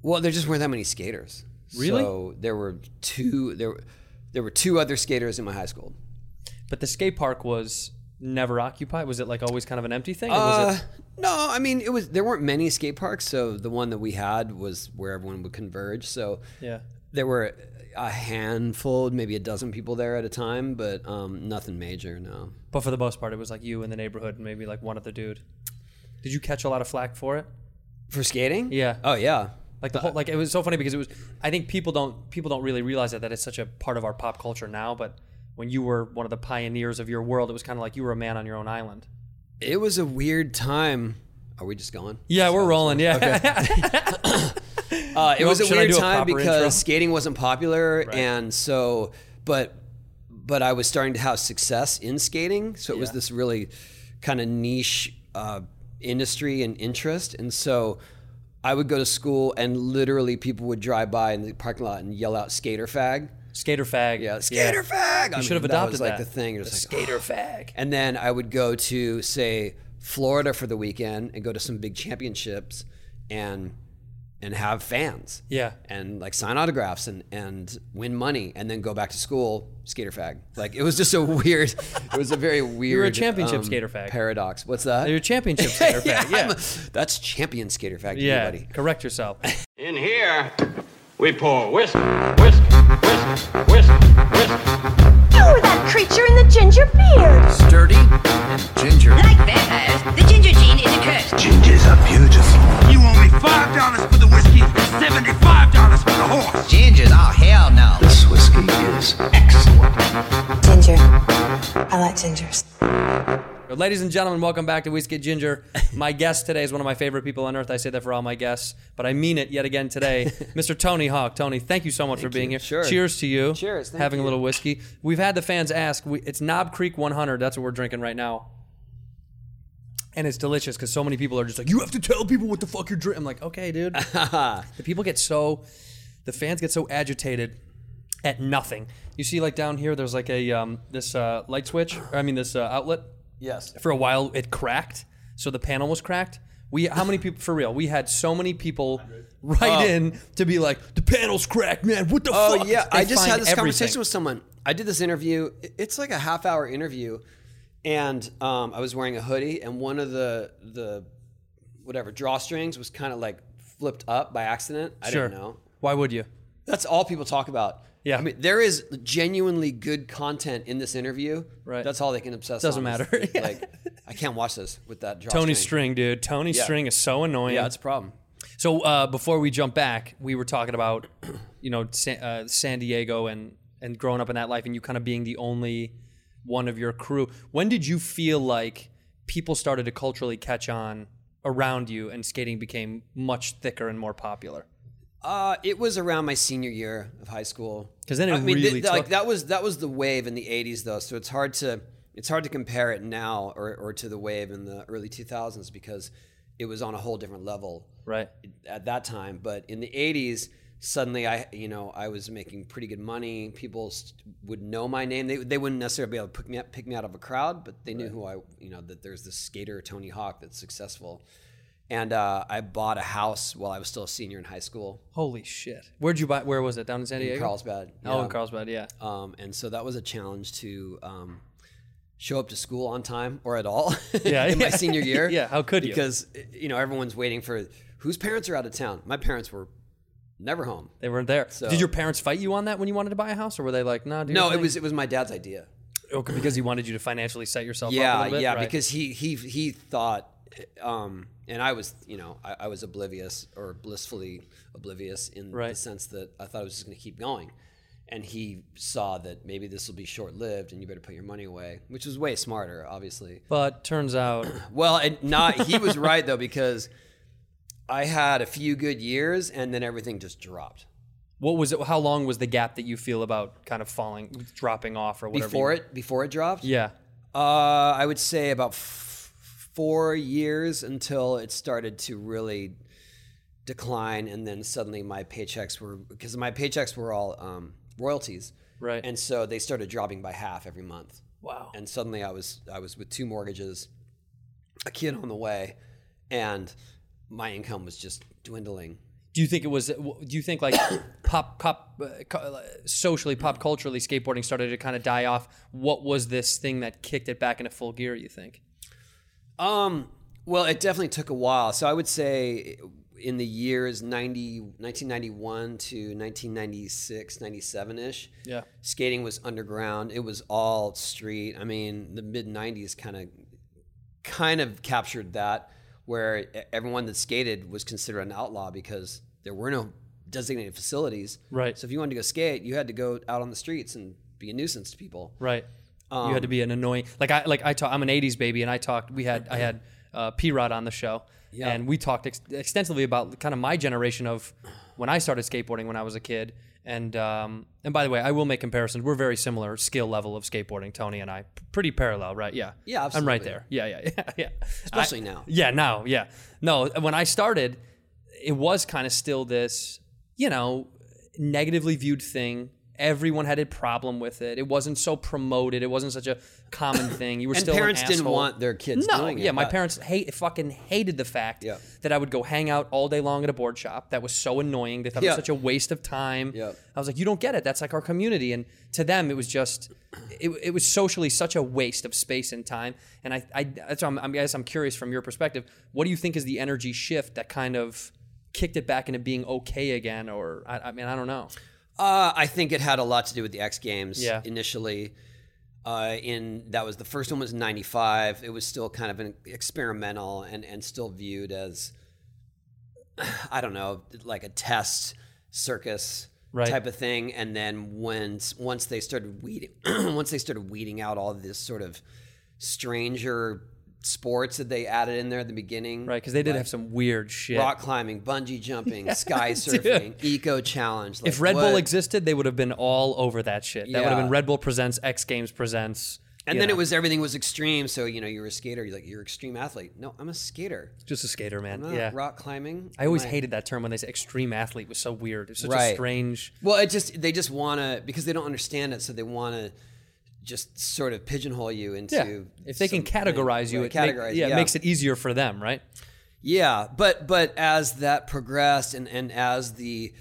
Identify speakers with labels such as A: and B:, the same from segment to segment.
A: Well, there just weren't that many skaters.
B: Really?
A: So there were two. There, were- there were two other skaters in my high school.
B: But the skate park was never occupied. Was it like always kind of an empty thing? Or
A: Uh,
B: was it
A: no, I mean it was there weren't many skate parks, so the one that we had was where everyone would converge. So
B: yeah.
A: there were a handful, maybe a dozen people there at a time, but um, nothing major. No.
B: But for the most part, it was like you in the neighborhood, and maybe like one other dude. Did you catch a lot of flack for it?
A: For skating?
B: Yeah.
A: Oh yeah.
B: Like the whole, like it was so funny because it was. I think people don't people don't really realize that that it's such a part of our pop culture now. But when you were one of the pioneers of your world, it was kind of like you were a man on your own island.
A: It was a weird time. Are we just going?
B: Yeah, we're rolling. Yeah,
A: Uh, it
B: Nope,
A: was a
B: should I
A: weird
B: do a
A: time
B: proper
A: because
B: intro?
A: skating wasn't popular, and so, but, but I was starting to have success in skating, so it was this really kind of niche uh, industry and interest, and so I would go to school, and literally people would drive by in the parking lot and yell out "skater fag."
B: skater fag.
A: Yeah, skater fag. I
B: You should have
A: mean,
B: adopted
A: that was like
B: that.
A: the thing. It was like,
B: skater fag.
A: And then I would go to, say, Florida for the weekend and go to some big championships and and have fans.
B: Yeah.
A: And like sign autographs and and win money and then go back to school, skater fag. Like it was just a weird it was a very weird um,
B: were a championship skater fag.
A: Paradox. What's that?
B: Your championship skater fag.
A: I'm
B: Yeah,
A: a- that's champion skater fag to
B: yeah.
A: anybody.
B: Correct yourself.
C: In here, we pour whisk, whisk, whisk, whisk, whisk.
D: You're that creature in the ginger beard.
E: Sturdy and ginger.
F: Like vampires, the ginger gene is a curse.
G: Gingers are beautiful. You owe me five dollars for the whiskey and seventy-five dollars for the horse.
E: Gingers, oh hell no.
G: This whiskey is excellent.
H: Ginger. I like gingers.
B: Ladies and gentlemen, welcome back to Whiskey Ginger. My guest today is one of my favorite people on earth. I say that for all my guests, but I mean it yet again today. Mr. Tony Hawk. Tony, thank you so much for being
A: you.
B: here.
A: Sure.
B: Cheers to you.
A: Cheers, thank
B: Having a
A: you.
B: little whiskey. We've had the fans ask. We, it's Knob Creek 100. That's what we're drinking right now. And it's delicious because so many people are just like, you have to tell people what the fuck you're drinking. I'm like, okay, dude. the people get so, the fans get so agitated at nothing. You see, like down here, there's like a um, this uh, light switch. Or, I mean, this uh, outlet
A: Yes.
B: for a while it cracked so the panel was cracked we how many people for real we had so many people write in to be like the panel's cracked man what the
A: Oh
B: fuck
A: yeah,
B: They
A: I just had
B: find
A: this
B: everything.
A: conversation with someone. I did this interview. I- It's like a half hour interview, and um, I was wearing a hoodie, and one of the the whatever drawstrings was kind of like flipped up by accident. I
B: sure
A: didn't know.
B: why would you
A: That's all people talk about.
B: Yeah.
A: I mean, there is genuinely good content in this interview.
B: Right.
A: That's all they can obsess.
B: Doesn't
A: on is,
B: matter. Yeah.
A: Like, I can't watch this with that drawstring.
B: Tony String, dude. Tony String is so annoying.
A: Yeah, that's a problem.
B: so uh, before we jump back, we were talking about, you know, San, uh, San Diego and and growing up in that life, and you kind of being the only one of your crew. When did you feel like people started to culturally catch on around you, and skating became much thicker and more popular?
A: Uh, it was around my senior year of high school.
B: 'Cause then it
A: I mean,
B: really
A: th- like
B: took-
A: that was that was the wave in the '80s though, so it's hard to it's hard to compare it now or, or to the wave in the early 2000s because it was on a whole different level
B: Right.
A: at that time. But in the '80s, suddenly I you know I was making pretty good money. People st- would know my name. They, they wouldn't necessarily be able to pick me up, pick me out of a crowd, but they knew who I you know that there's this skater Tony Hawk that's successful. And uh, I bought a house while I was still a senior in high school.
B: Holy shit! Where'd you buy? Where was it? Down in San Diego.
A: Carlsbad.
B: Oh,
A: yeah.
B: in Carlsbad. Yeah.
A: Um, and so that was a challenge to um, show up to school on time or at all.
B: Yeah,
A: in my
B: yeah.
A: senior year.
B: Yeah, how could you?
A: Because you know everyone's waiting for whose parents are out of town. My parents were never home.
B: They weren't there.
A: So-
B: Did your parents fight you on that when you wanted to buy a house, or were they like, "Nah, dude"?
A: No, it was it was my dad's idea.
B: okay, because he wanted you to financially set yourself up. a
A: Yeah,
B: little bit,
A: yeah,
B: right.
A: because he he he thought, um, and I was you know I, I was oblivious or blissfully oblivious in the
B: Right.
A: sense that I thought I was just going to keep going, and he saw that maybe this will be short lived and you better put your money away, which was way smarter, obviously.
B: But turns out,
A: Well, and not he was right though because I had a few good years, and then everything just dropped.
B: What was it? How long was the gap that you feel about kind of falling, dropping off, or whatever?
A: Before
B: you-
A: it, before it dropped,
B: Yeah.
A: Uh, I would say about f- four years until it started to really decline, and then suddenly my paychecks were because my paychecks were all um, royalties,
B: Right.
A: and so they started dropping by half every month.
B: wow.
A: And suddenly I was I was with two mortgages, a kid on the way, and my income was just dwindling.
B: Do you think it was? Do you think like pop, pop, uh, cu- uh, socially, pop culturally, skateboarding started to kind of die off? What was this thing that kicked it back into full gear? You think?
A: Um, well, it definitely took a while. So I would say in the years 90, 1991 to 1996, 97 ish,
B: Yeah.
A: skating was underground. It was all street. I mean, the mid 90s kind of kind of captured that where e- everyone that skated was considered an outlaw because there were no designated facilities.
B: Right.
A: So if you wanted to go skate, you had to go out on the streets and be a nuisance to people.
B: Right. you had to be an
A: Um,
B: annoying. Like I like I talk, I'm an '80s baby, and I talked. We had I had uh, P Rod on the show, and we talked ex- extensively about kind of my generation of when I started skateboarding when I was a kid. And um, and by the way, I will make comparisons. We're very similar skill level of skateboarding, Tony and I. P- Pretty parallel, right? Yeah.
A: Yeah,
B: I'm right
A: absolutely.
B: there. Yeah, yeah, yeah, yeah.
A: Especially
B: I-
A: now.
B: Yeah, now, yeah. No, when I started, it was kind of still this, you know, negatively viewed thing. Everyone had a problem with it. It wasn't so promoted. It wasn't such a common thing. You were
A: And
B: still an
A: parents didn't
B: asshole.
A: want their kids
B: No,
A: doing it,
B: yeah, my
A: but-
B: parents hate fucking hated the fact
A: Yeah.
B: that I would go hang out all day long at a board shop. That was so annoying. They thought it
A: Yeah.
B: was such a waste of time.
A: Yeah.
B: I was like, you don't get it. That's like our community. And to them, it was just, it, it was socially such a waste of space and time. And I, I, that's why I'm, I guess I'm curious from your perspective. What do you think is the energy shift that kind of kicked it back into being okay again? Or, I, I mean, I don't know.
A: Uh, I think it had a lot to do with the X Games
B: Yeah.
A: initially. Uh, in that was the first one was '95. It was still kind of an experimental and and still viewed as I don't know, like a test circus
B: Right.
A: type of thing. And then once once they started weeding once they started weeding out all this sort of stranger sports that they added in there at the beginning,
B: Right. Cause they did have some weird shit.
A: Rock climbing, bungee jumping, sky surfing, eco challenge.
B: if Red Bull existed, they would have been all over that shit. That would have
A: Yeah.
B: been Red Bull presents X Games presents.
A: And
B: you
A: then
B: know,
A: it was everything was extreme. So you know, you're a skater. You're like you're an extreme athlete. No, I'm a skater.
B: just a skater, man.
A: I'm not
B: yeah.
A: rock climbing.
B: I always
A: My-
B: hated that term when they say extreme athlete It was so weird. It was such a
A: Right.
B: strange.
A: Well, it just they just want to because they don't understand it, so they want to just sort of pigeonhole you into.
B: If they can
A: something.
B: categorize you,
A: Right,
B: it make-
A: categorize.
B: yeah,
A: yeah,
B: it makes it easier for them, right?
A: Yeah, but but as that progressed and and as the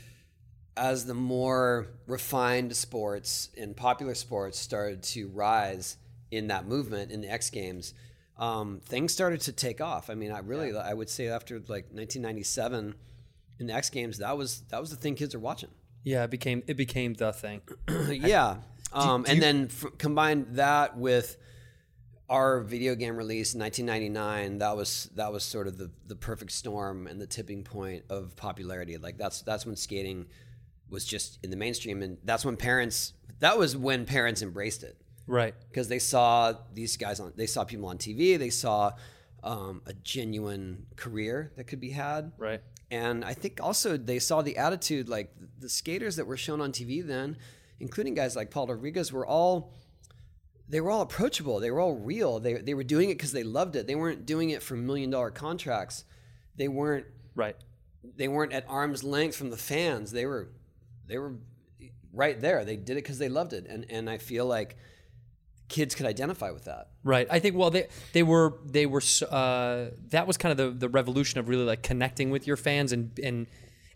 A: as the more refined sports and popular sports started to rise in that movement in the X Games, um, things started to take off. I mean, I really I would say after like 1997 in the X Games, that was that was the thing kids are watching.
B: Yeah, it became it became the thing.
A: yeah, um, and then f- combine that with our video game release in 1999 that was that was sort of the the perfect storm and the tipping point of popularity like that's that's when skating was just in the mainstream and that's when parents that was when parents embraced it
B: Right.
A: because they saw these guys on they saw people on TV they saw um, a genuine career that could be had
B: Right.
A: and I think also they saw the attitude, like the skaters that were shown on TV then, including guys like Paul Rodriguez, were all they were all approachable. They were all real. They they were doing it because they loved it. They weren't doing it for million dollar contracts. They weren't
B: Right.
A: they weren't at arm's length from the fans. They were they were right there. They did it because they loved it. And and I feel like kids could identify with that.
B: Right. I think well they they were they were s- uh, that was kind of the the revolution of really like connecting with your fans and and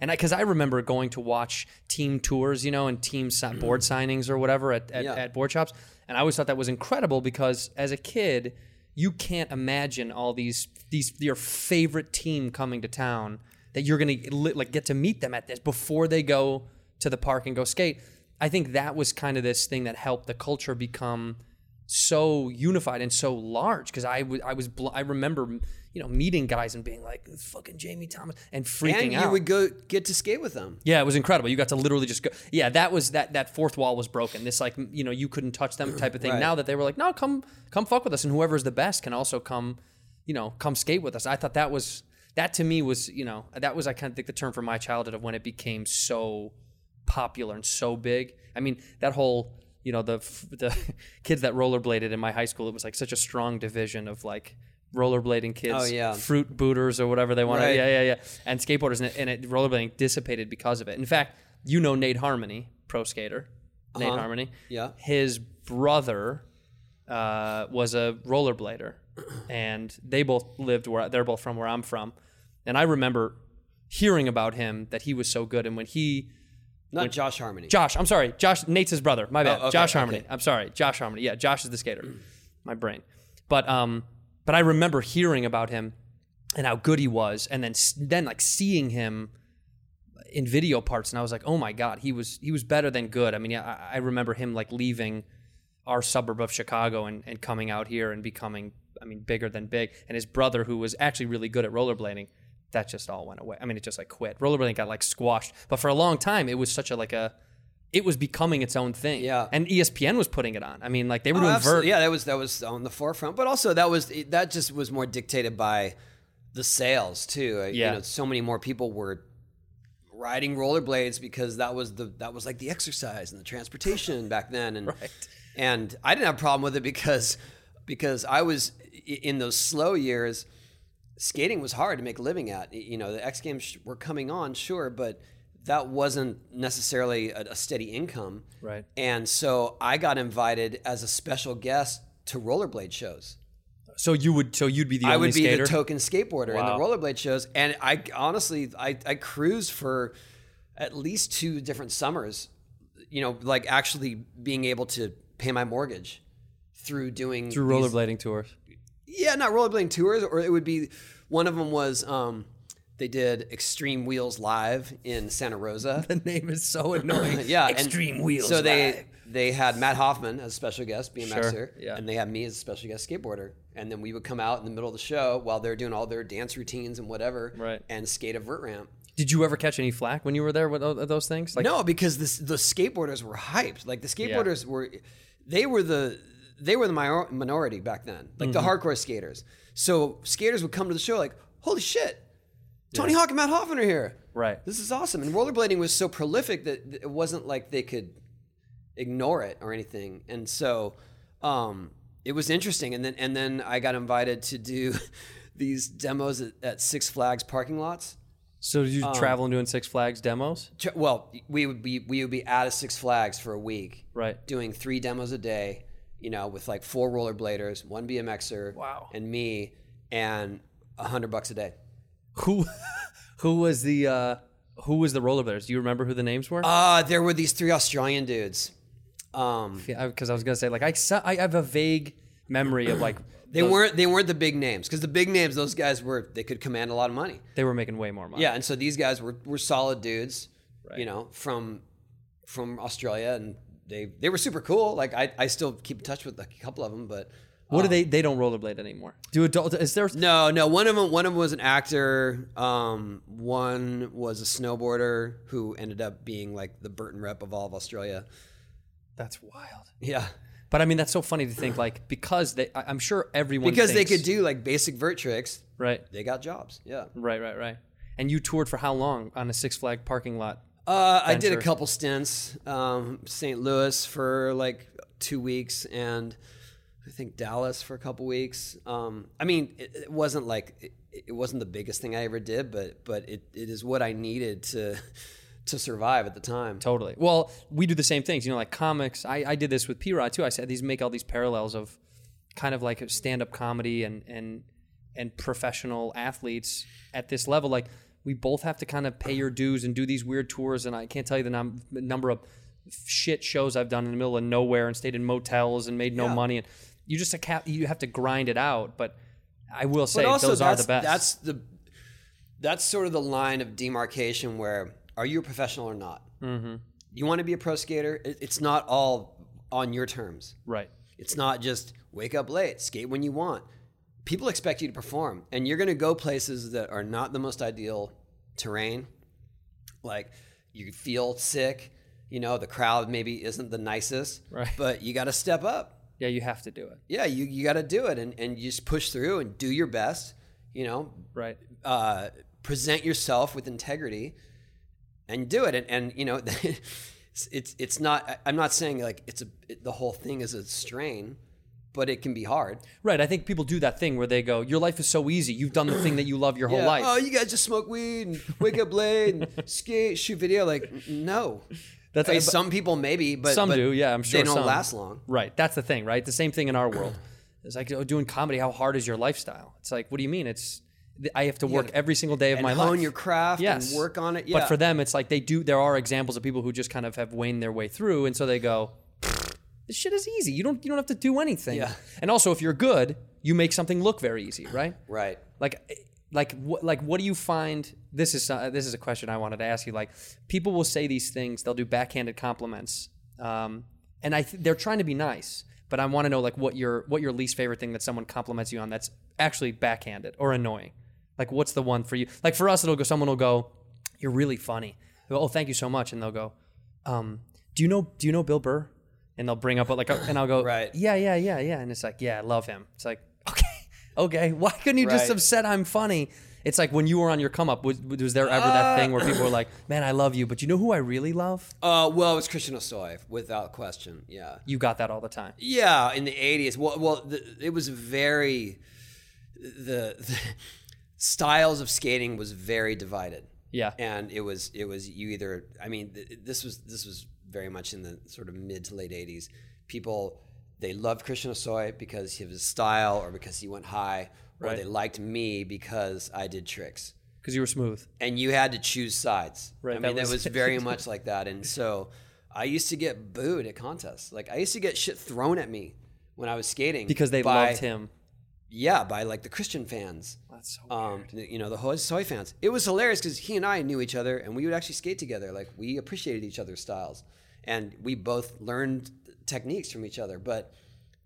B: and I cuz I remember going to watch team tours, you know, and team si- board signings or whatever at at,
A: Yeah.
B: at board shops and I always thought that was incredible because as a kid you can't imagine all these these your favorite team coming to town that you're going to like get to meet them at this before they go to the park and go skate. I think that was kind of this thing that helped the culture become so unified and so large because I wa- I was bl- I remember you know meeting guys and being like fucking Jamie Thomas and freaking
A: and you
B: out.
A: would go get to skate with them.
B: yeah, it was incredible. You got to literally just go. Yeah, that was that that fourth wall was broken. This like m- you know you couldn't touch them type of thing.
A: Right.
B: Now that they were like no come come fuck with us and whoever's the best can also come you know come skate with us. I thought that was that to me was you know that was I kind of think the term for my childhood of when it became so popular and so big. I mean that whole you know the f- the kids that rollerbladed in my high school it was like such a strong division of like rollerblading kids
A: Oh, yeah.
B: fruit booters or whatever they wanted
A: Right.
B: yeah yeah yeah and skateboarders and it, and it rollerblading dissipated because of it in fact you know Nate Harmony pro skater Nate Harmony
A: Uh-huh. Yeah.
B: his brother uh, was a rollerblader, and they both lived where they're both from where I'm from, and I remember hearing about him that he was so good, and when he
A: Not Josh Harmony. Oh,
B: Josh, I'm sorry, Josh Nate's his brother, my bad,
A: okay,
B: Josh Harmony,
A: okay.
B: I'm sorry, Josh Harmony, yeah, Josh is the skater, my brain, but um, but I remember hearing about him and how good he was, and then s- then like seeing him in video parts, and I was like, oh my god, he was he was better than good. I mean, I, I remember him like leaving our suburb of Chicago and, and coming out here and becoming, I mean, bigger than big. And his brother, who was actually really good at rollerblading, that just all went away. I mean, it just like quit. Rollerblading got like squashed, but for a long time, it was such a like a, it was becoming its own thing.
A: Yeah.
B: and E ESPN was putting it on. I mean, like they were
A: Oh,
B: doing vert.
A: absolutely. Yeah, that was that was on the forefront, but also that was that just was more dictated by the sales too. Uh,
B: Yeah.
A: you know, so many more people were riding rollerblades because that was the that was like the exercise and the transportation back then, and
B: Right.
A: and I didn't have a problem with it because because I was i- in those slow years. Skating was hard to make a living at. You know, the X Games sh- were coming on, sure, but that wasn't necessarily a, a steady income.
B: Right.
A: And so I got invited as a special guest to rollerblade shows.
B: So you would, so you'd be the
A: I
B: only
A: would be
B: skater.
A: the token skateboarder in
B: Wow.
A: the rollerblade shows, and I honestly I, I cruised for at least two different summers. You know, like actually being able to pay my mortgage through doing
B: through
A: these-
B: rollerblading tours.
A: yeah, not rollerblading tours, or it would be one of them was um, they did Extreme Wheels live in Santa Rosa. Uh,
B: The name is so annoying.
A: yeah, and
B: Extreme Wheels.
A: So they
B: Live.
A: they had Matt Hoffman as special guest BMXer,
B: Sure, yeah.
A: and they had me as special guest skateboarder, and then we would come out in the middle of the show while they're doing all their dance routines and whatever,
B: Right.
A: and skate a vert ramp.
B: Did you ever catch any flack when you were there with tho- those things? Like,
A: no, because this, the skateboarders were hyped. Like the skateboarders were, they were the they were the minor, minority back then, like
B: Mm-hmm.
A: the hardcore skaters. So skaters would come to the show like, "Holy shit, Tony Hawk and Matt Hoffman are here!
B: Right.
A: This is awesome!" And rollerblading was so prolific that it wasn't like they could ignore it or anything. And so um, it was interesting. And then and then I got invited to do these demos at, at Six Flags parking lots.
B: So you
A: um,
B: travel and doing Six Flags demos?
A: Ch- well we would be we would be out of six flags for a week
B: Right.
A: doing three demos a day you know with like four rollerbladers one bmxer
B: Wow.
A: and me and a hundred bucks a day
B: Who who was the uh who was the rollerbladers? Do you remember who the names were?
A: uh there were these three australian dudes um
B: Because I was gonna say like I so- I have a vague memory of like
A: they weren't they weren't the big names because the big names those guys were they could command a lot of money
B: they were making way more money.
A: yeah and so these guys were were solid dudes you know from from australia and they they were super cool like i i still keep in touch with a couple of them but
B: What do they? They don't rollerblade anymore. Do adult? Is there?
A: Uh, No, no. One of them, one of 'em was an actor. Um, one was a snowboarder who ended up being like the Burton rep of all of Australia.
B: That's wild.
A: Yeah,
B: But I mean, that's so funny to think like because they. I, I'm sure everyone
A: because they
B: thinks-
A: could do like basic vert tricks.
B: right,
A: They got jobs. Yeah.
B: right, right, right. And you toured for how long on a Six Flag parking lot?
A: Uh, I did a
B: Venture.
A: couple stints. Um, St. Louis for like two weeks, and I think Dallas for a couple weeks. Um, I mean, it, it wasn't like it, it wasn't the biggest thing I ever did, but but it, it is what I needed to to survive at the time.
B: Totally. Well, we do the same things, you know, like comics. I, I did this with P Rod too. I said these make all these parallels of kind of like stand up comedy and and and professional athletes at this level. Like we both have to kind of pay your dues and do these weird tours. And I can't tell you the num- number of shit shows I've done in the middle of nowhere and stayed in motels and made no money. And you just a cap- you have to grind it out. But I will say those are
A: that's,
B: the best.
A: That's the that's sort of the line of demarcation where are you a professional or not? Mm-hmm. You want to be a pro skater. It, it's not all on your terms.
B: right.
A: It's not just wake up late, skate when you want. People expect you to perform, and you're going to go places that are not the most ideal terrain. Like you feel sick, you know, the crowd maybe isn't the nicest,
B: Right.
A: but you got to step up
B: Yeah, you have to do it.
A: yeah, you, you got to do it and, and you just push through and do your best. you know,
B: Right.
A: uh, present yourself with integrity and do it. And, and you know, it's, it's it's not. I- I'm not saying like it's a it, the whole thing is a strain, but it can be hard.
B: Right. I think people do that thing where they go, "Your life is so easy. You've done the thing that you love your whole
A: Yeah,
B: life."
A: Oh, you guys just smoke weed and wake up late and skate, shoot video. Like, n- no.
B: That's-
A: I mean,
B: but-
A: some people maybe, but
B: some
A: but
B: do, yeah, I'm sure
A: they don't
B: some.
A: last long.
B: Right. That's the thing, right? The same thing in our world. It's like oh, doing comedy. How hard is your lifestyle? It's like, what do you mean? It's I have to work every single day of
A: and
B: my life.
A: hone your craft and
B: Yes.
A: work on it,
B: But
A: yeah.
B: for them, it's like they do. There are examples of people who just kind of have waned their way through, and so they go, "This shit is easy. You don't. You don't have to do anything."
A: Yeah.
B: And also, if you're good, you make something look very easy, right?
A: Right.
B: like eh, like what like what do you find this is uh, this is a question i wanted to ask you like people will say these things they'll do backhanded compliments um, and i th- they're trying to be nice but i want to know like what your what your least favorite thing that someone compliments you on that's actually backhanded or annoying like what's the one for you like for us it'll go someone will go you're really funny They'll go, oh thank you so much and they'll go um, do you know do you know bill burr and they'll bring up like a, and i'll go
A: Right.
B: yeah yeah yeah yeah and it's like yeah i love him it's like okay okay why couldn't you just
A: Right.
B: have said i'm funny it's like when you were on your come up was, was there ever that thing where people were like man i love you but you know who i really love
A: Uh, well, it's Christian Osoy, without question. Yeah.
B: you got that all the time
A: Yeah, in the eighties. Well, well, the, it was very the, the styles of skating was very divided,
B: yeah
A: and it was it was you either. I mean, th- this was this was very much in the sort of mid to late eighties. People they loved Christian Osoy because of his style, or because he went high, or
B: Right.
A: they liked me because I did tricks
B: because you were smooth
A: and you had to choose sides.
B: Right,
A: I mean,
B: that
A: that was,
B: was-
A: very much like that. And so I used to get booed at contests. Like I used to get shit thrown at me when I was skating
B: because they
A: by-
B: loved him
A: Yeah, by like the Christian fans.
B: that's so
A: Um, you know the Hoi Soy fans. It was hilarious because he and I knew each other, and we would actually skate together. Like we appreciated each other's styles, and we both learned techniques from each other. But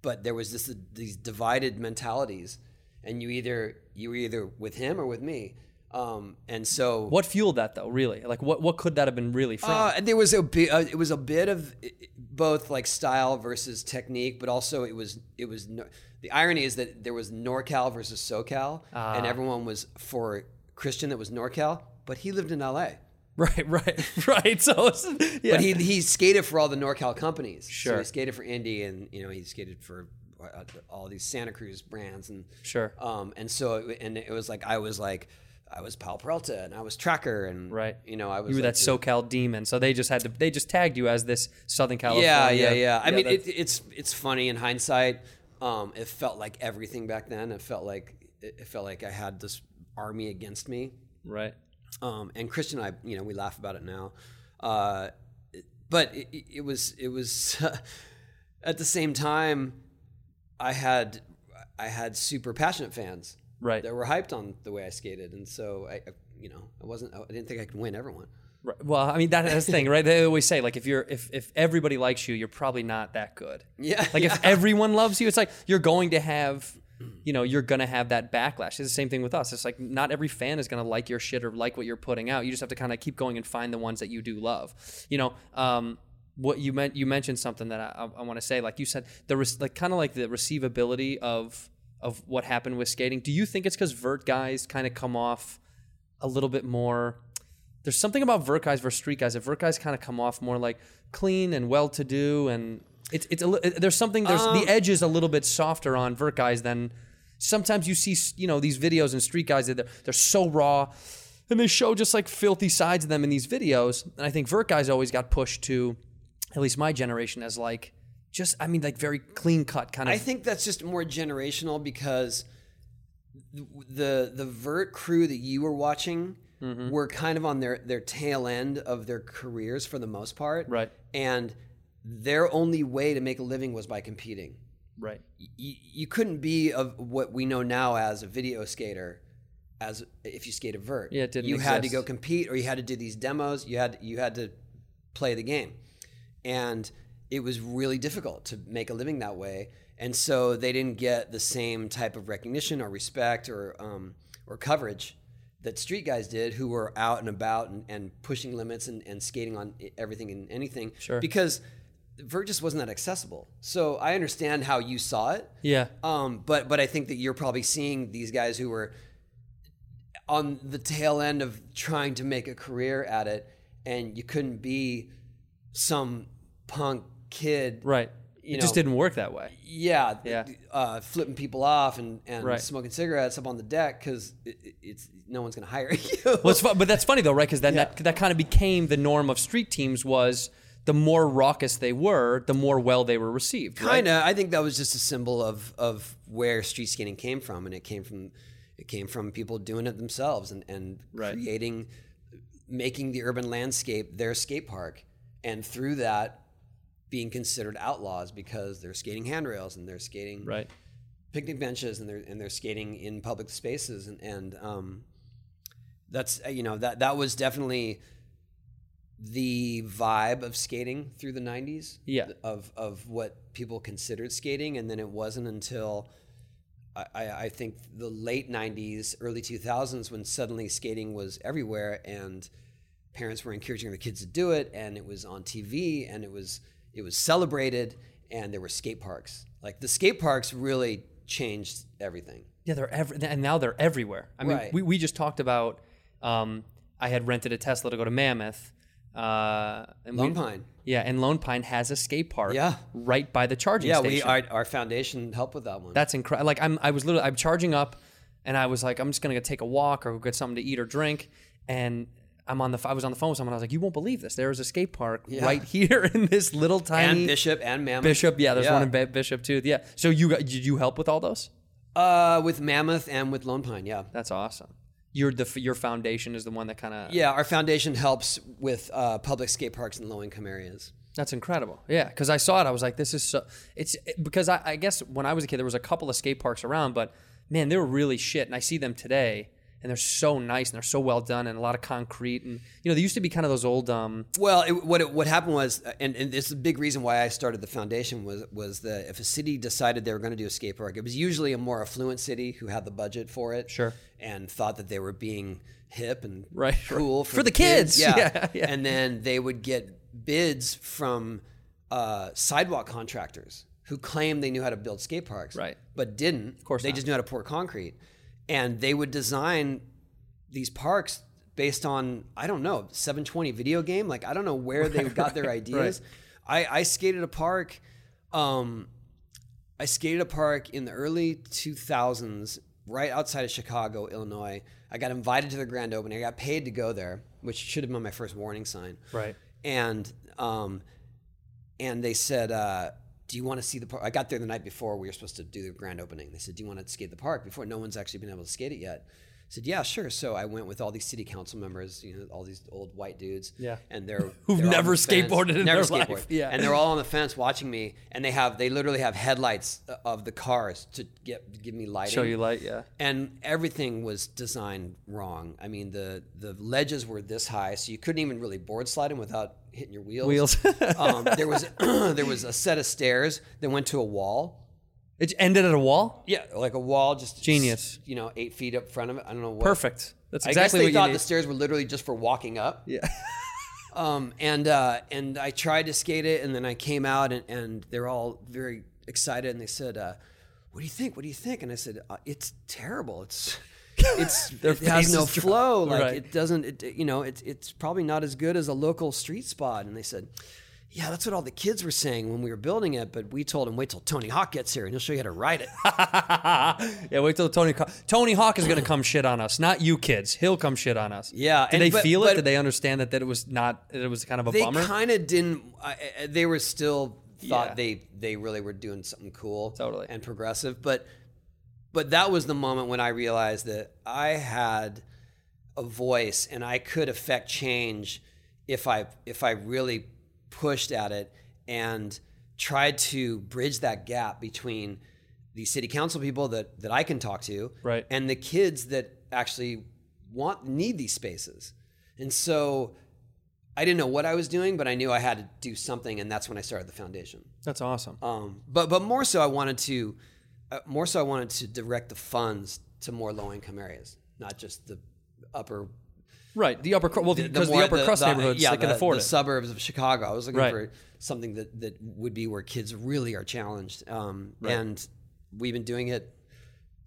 A: but there was this these divided mentalities, and you either you were either with him or with me. Um, and so
B: what fueled that though really like what, what could that have been really from
A: uh, there was a bit. Uh, it was a bit of uh, both, like style versus technique, but also it was it was. No, the irony is that there was NorCal versus SoCal,
B: Ah.
A: and everyone was for Christian that was NorCal, but he lived in LA.
B: right right right so it's, yeah
A: But he he skated for all the NorCal companies. so
B: Sure.
A: he skated for Indy, and you know he skated for uh, all these Santa Cruz brands and
B: Sure.
A: Um, and so it, and it was like I was like. I was Pal Peralta and I was Tracker and
B: Right.
A: you know I was
B: you were
A: like
B: that
A: the-
B: SoCal demon, so they just had to. They just tagged you as this Southern California.
A: Yeah, yeah, yeah. I mean,
B: that's-
A: it, it's it's funny in hindsight. Um, it felt like everything back then. It felt like it it felt like I had this army against me.
B: right.
A: Um, and Christian and I, you know, we laugh about it now. Uh, but it, it- it was it was at the same time, I had I had super passionate fans
B: Right.
A: that were hyped on the way I skated, and so I, I you know I wasn't I didn't think I could win everyone.
B: Right. Well, I mean that, that's the thing, right? They always say like if you're if if everybody likes you, you're probably not that good.
A: Yeah,
B: Like
A: yeah.
B: if everyone loves you, it's like you're going to have, you know, you're gonna have that backlash. It's the same thing with us. It's like not every fan is gonna like your shit or like what you're putting out. You just have to kind of keep going and find the ones that you do love. You know, um, what you meant you mentioned something that I, I, want to say. Like you said, the re- like kind of like the receivability of of what happened with skating. Do you think it's because vert guys kind of come off a little bit more? there's something about vert guys versus street guys. That vert guys kind of come off more like clean and well to do, and it's it's a, li- uh, there's something there's
A: Um.
B: the edge is a little bit softer on vert guys than sometimes you see s- you know these videos and street guys that they're, they're so raw and they show just like filthy sides of them in these videos. And I think vert guys always got pushed to at least my generation as like just I mean like very clean cut kind of
A: I think that's just more generational because the the vert crew that you were watching
B: Mm-hmm.
A: were kind of on their their tail end of their careers for the most part,
B: Right.
A: And their only way to make a living was by competing.
B: right
A: Y- you couldn't be of what we know now as a video skater as if you skate a vert.
B: Yeah, it didn't
A: You had to
B: exist.
A: go compete, or you had to do these demos. You had you had to play the game, and it was really difficult to make a living that way. And so they didn't get the same type of recognition or respect or um, or coverage that street guys did, who were out and about and, and pushing limits and, and skating on e, everything and anything. Sure. Because vert just wasn't that accessible. So I understand how you saw it.
B: yeah
A: Um, but but I think that you're probably seeing these guys who were on the tail end of trying to make a career at it, and you couldn't be some punk kid,
B: Right.
A: You
B: it just
A: know.
B: didn't work that way.
A: Yeah,
B: Yeah.
A: Uh, flipping people off and, and
B: Right.
A: smoking cigarettes up on the deck because it, it- it's no one's gonna hire you.
B: Well, it's fu- but that's funny though, right? Because then that that kind of became the norm of street teams was the more raucous they were, the more well they were received. right?
A: kind of i think that was just a symbol of of where street skating came from and it came from it came from people doing it themselves and and
B: Right.
A: creating making the urban landscape their skate park and through that being considered outlaws because they're skating handrails and they're skating
B: Right.
A: picnic benches and they're and they're skating in public spaces and and um, that's uh, you know that that was definitely the vibe of skating through the 90s
B: Yeah.
A: of of what people considered skating and then it wasn't until I, I I think the late 90s early 2000s when suddenly skating was everywhere and parents were encouraging their kids to do it and it was on TV and it was it was celebrated and there were skate parks. Like the skate parks really changed everything.
B: Yeah, they're every, and now they're everywhere. I mean,
A: Right.
B: we, we just talked about. Um, I had rented a Tesla to go to Mammoth. Uh, and we-
A: Lone Pine.
B: Yeah, and Lone Pine has a skate park.
A: Yeah.
B: right by the charging
A: Yeah,
B: station.
A: we our, our foundation helped with that one.
B: That's incredible. Like I'm, I was literally, I'm charging up, and I was like, I'm just gonna go take a walk or go get something to eat or drink, and I'm on the, I was on the phone with someone. I was like, you won't believe this. There is a skate park right here in this little tiny
A: and Bishop and Mammoth.
B: Bishop. Yeah, there's one in Ba- Bishop too. Yeah. So you got, did you help with all those?
A: Uh, with Mammoth and with Lone Pine. Yeah.
B: That's awesome. Your the f- your foundation is the one that kind of
A: Yeah, our foundation helps with uh, public skate parks in low income areas.
B: That's incredible. Yeah, because I saw it, I was like, this is so. It's because I, I guess when I was a kid, there was a couple of skate parks around, but man, they were really shit. And I see them today, and they're so nice and they're so well done and a lot of concrete. And you know, they used to be kind of those old. um
A: Well, it, what it, what happened was, uh, and, and this is a big reason why I started the foundation was was that if a city decided they were going to do a skate park, it was usually a more affluent city who had the budget for it,
B: Sure.
A: and thought that they were being hip and
B: Right.
A: cool for,
B: For the kids.
A: Yeah.
B: Yeah, yeah.
A: and then they would get bids from uh, sidewalk contractors who claimed they knew how to build skate parks,
B: Right.
A: but didn't. Of
B: course
A: they
B: not.
A: just knew how to pour concrete, and they would design these parks based on I don't know 720 video game. Like I don't know where they got their ideas. I, I skated a park. Um, I skated a park in the early 2000s, right outside of Chicago, Illinois. I got invited to the grand opening. I got paid to go there, which should have been my first warning sign.
B: Right.
A: And um, and they said, uh, "Do you want to see the park?" I got there the night before we were supposed to do the grand opening. They said, "Do you want to skate the park?" Before no one's actually been able to skate it yet. I said, "Yeah, sure." So I went with all these city council members, you know, all these old white dudes,
B: Yeah.
A: and they're they're
B: Who've
A: all on
B: never
A: the fence-
B: skateboarded in
A: never
B: their life.
A: skateboarded.
B: Yeah.
A: and they're all on the fence watching me, and they have they literally have headlights of the cars to get give me lighting
B: Show you light, yeah.
A: and everything was designed wrong. I mean, the the ledges were this high, so you couldn't even really board slide them without hitting your wheels.
B: Wheels.
A: um, there was there was a set of stairs that went to a wall.
B: It ended at a wall.
A: Yeah, like a wall, just
B: Genius.
A: You know, eight feet up front of it. I don't know. what.
B: Perfect. That's
A: I guess
B: exactly
A: they
B: what
A: thought
B: you
A: the
B: need.
A: stairs were literally just for walking up.
B: yeah.
A: Um, and uh, and I tried to skate it, and then I came out, and, and they're all very excited, and they said, uh, "What do you think? What do you think?" And I said, uh, "It's terrible. It's it's it has no
B: faces drop.
A: flow. Like
B: Right.
A: it doesn't. It, you know, it's it's probably not as good as a local street spot." And they said. Yeah, that's what all the kids were saying when we were building it, but we told them wait till Tony Hawk gets here and he'll show you how to ride it.
B: Ah, yeah. Wait till Tony. Co- Tony Hawk is gonna come shit on us, not you kids. He'll come shit on us.
A: Yeah,
B: Did
A: and-
B: they
A: but-
B: feel
A: but-
B: it? Did they understand that that it was not? That it was kind of a
A: they
B: bummer.
A: kind of didn't. I, I- they were still thought
B: Yeah.
A: they they really were doing something cool,
B: Totally.
A: and progressive. But but that was the moment when I realized that I had a voice and I could affect change if I if I really pushed at it and tried to bridge that gap between the city council people that that I can talk to
B: Right.
A: and the kids that actually want need these spaces. And so I didn't know what I was doing, but I knew I had to do something and that's when I started the foundation.
B: That's awesome.
A: Um, but but more so I wanted to uh, more so I wanted to direct the funds to more low income areas, not just the upper
B: Right, the upper cru- well, because the,
A: more-
B: upper crust
A: the-
B: neighborhoods
A: yeah,
B: they can
A: the,
B: afford
A: the
B: it.
A: suburbs of Chicago. I was looking
B: Right.
A: for something that, that would be where kids really are challenged. Um, And we've been doing it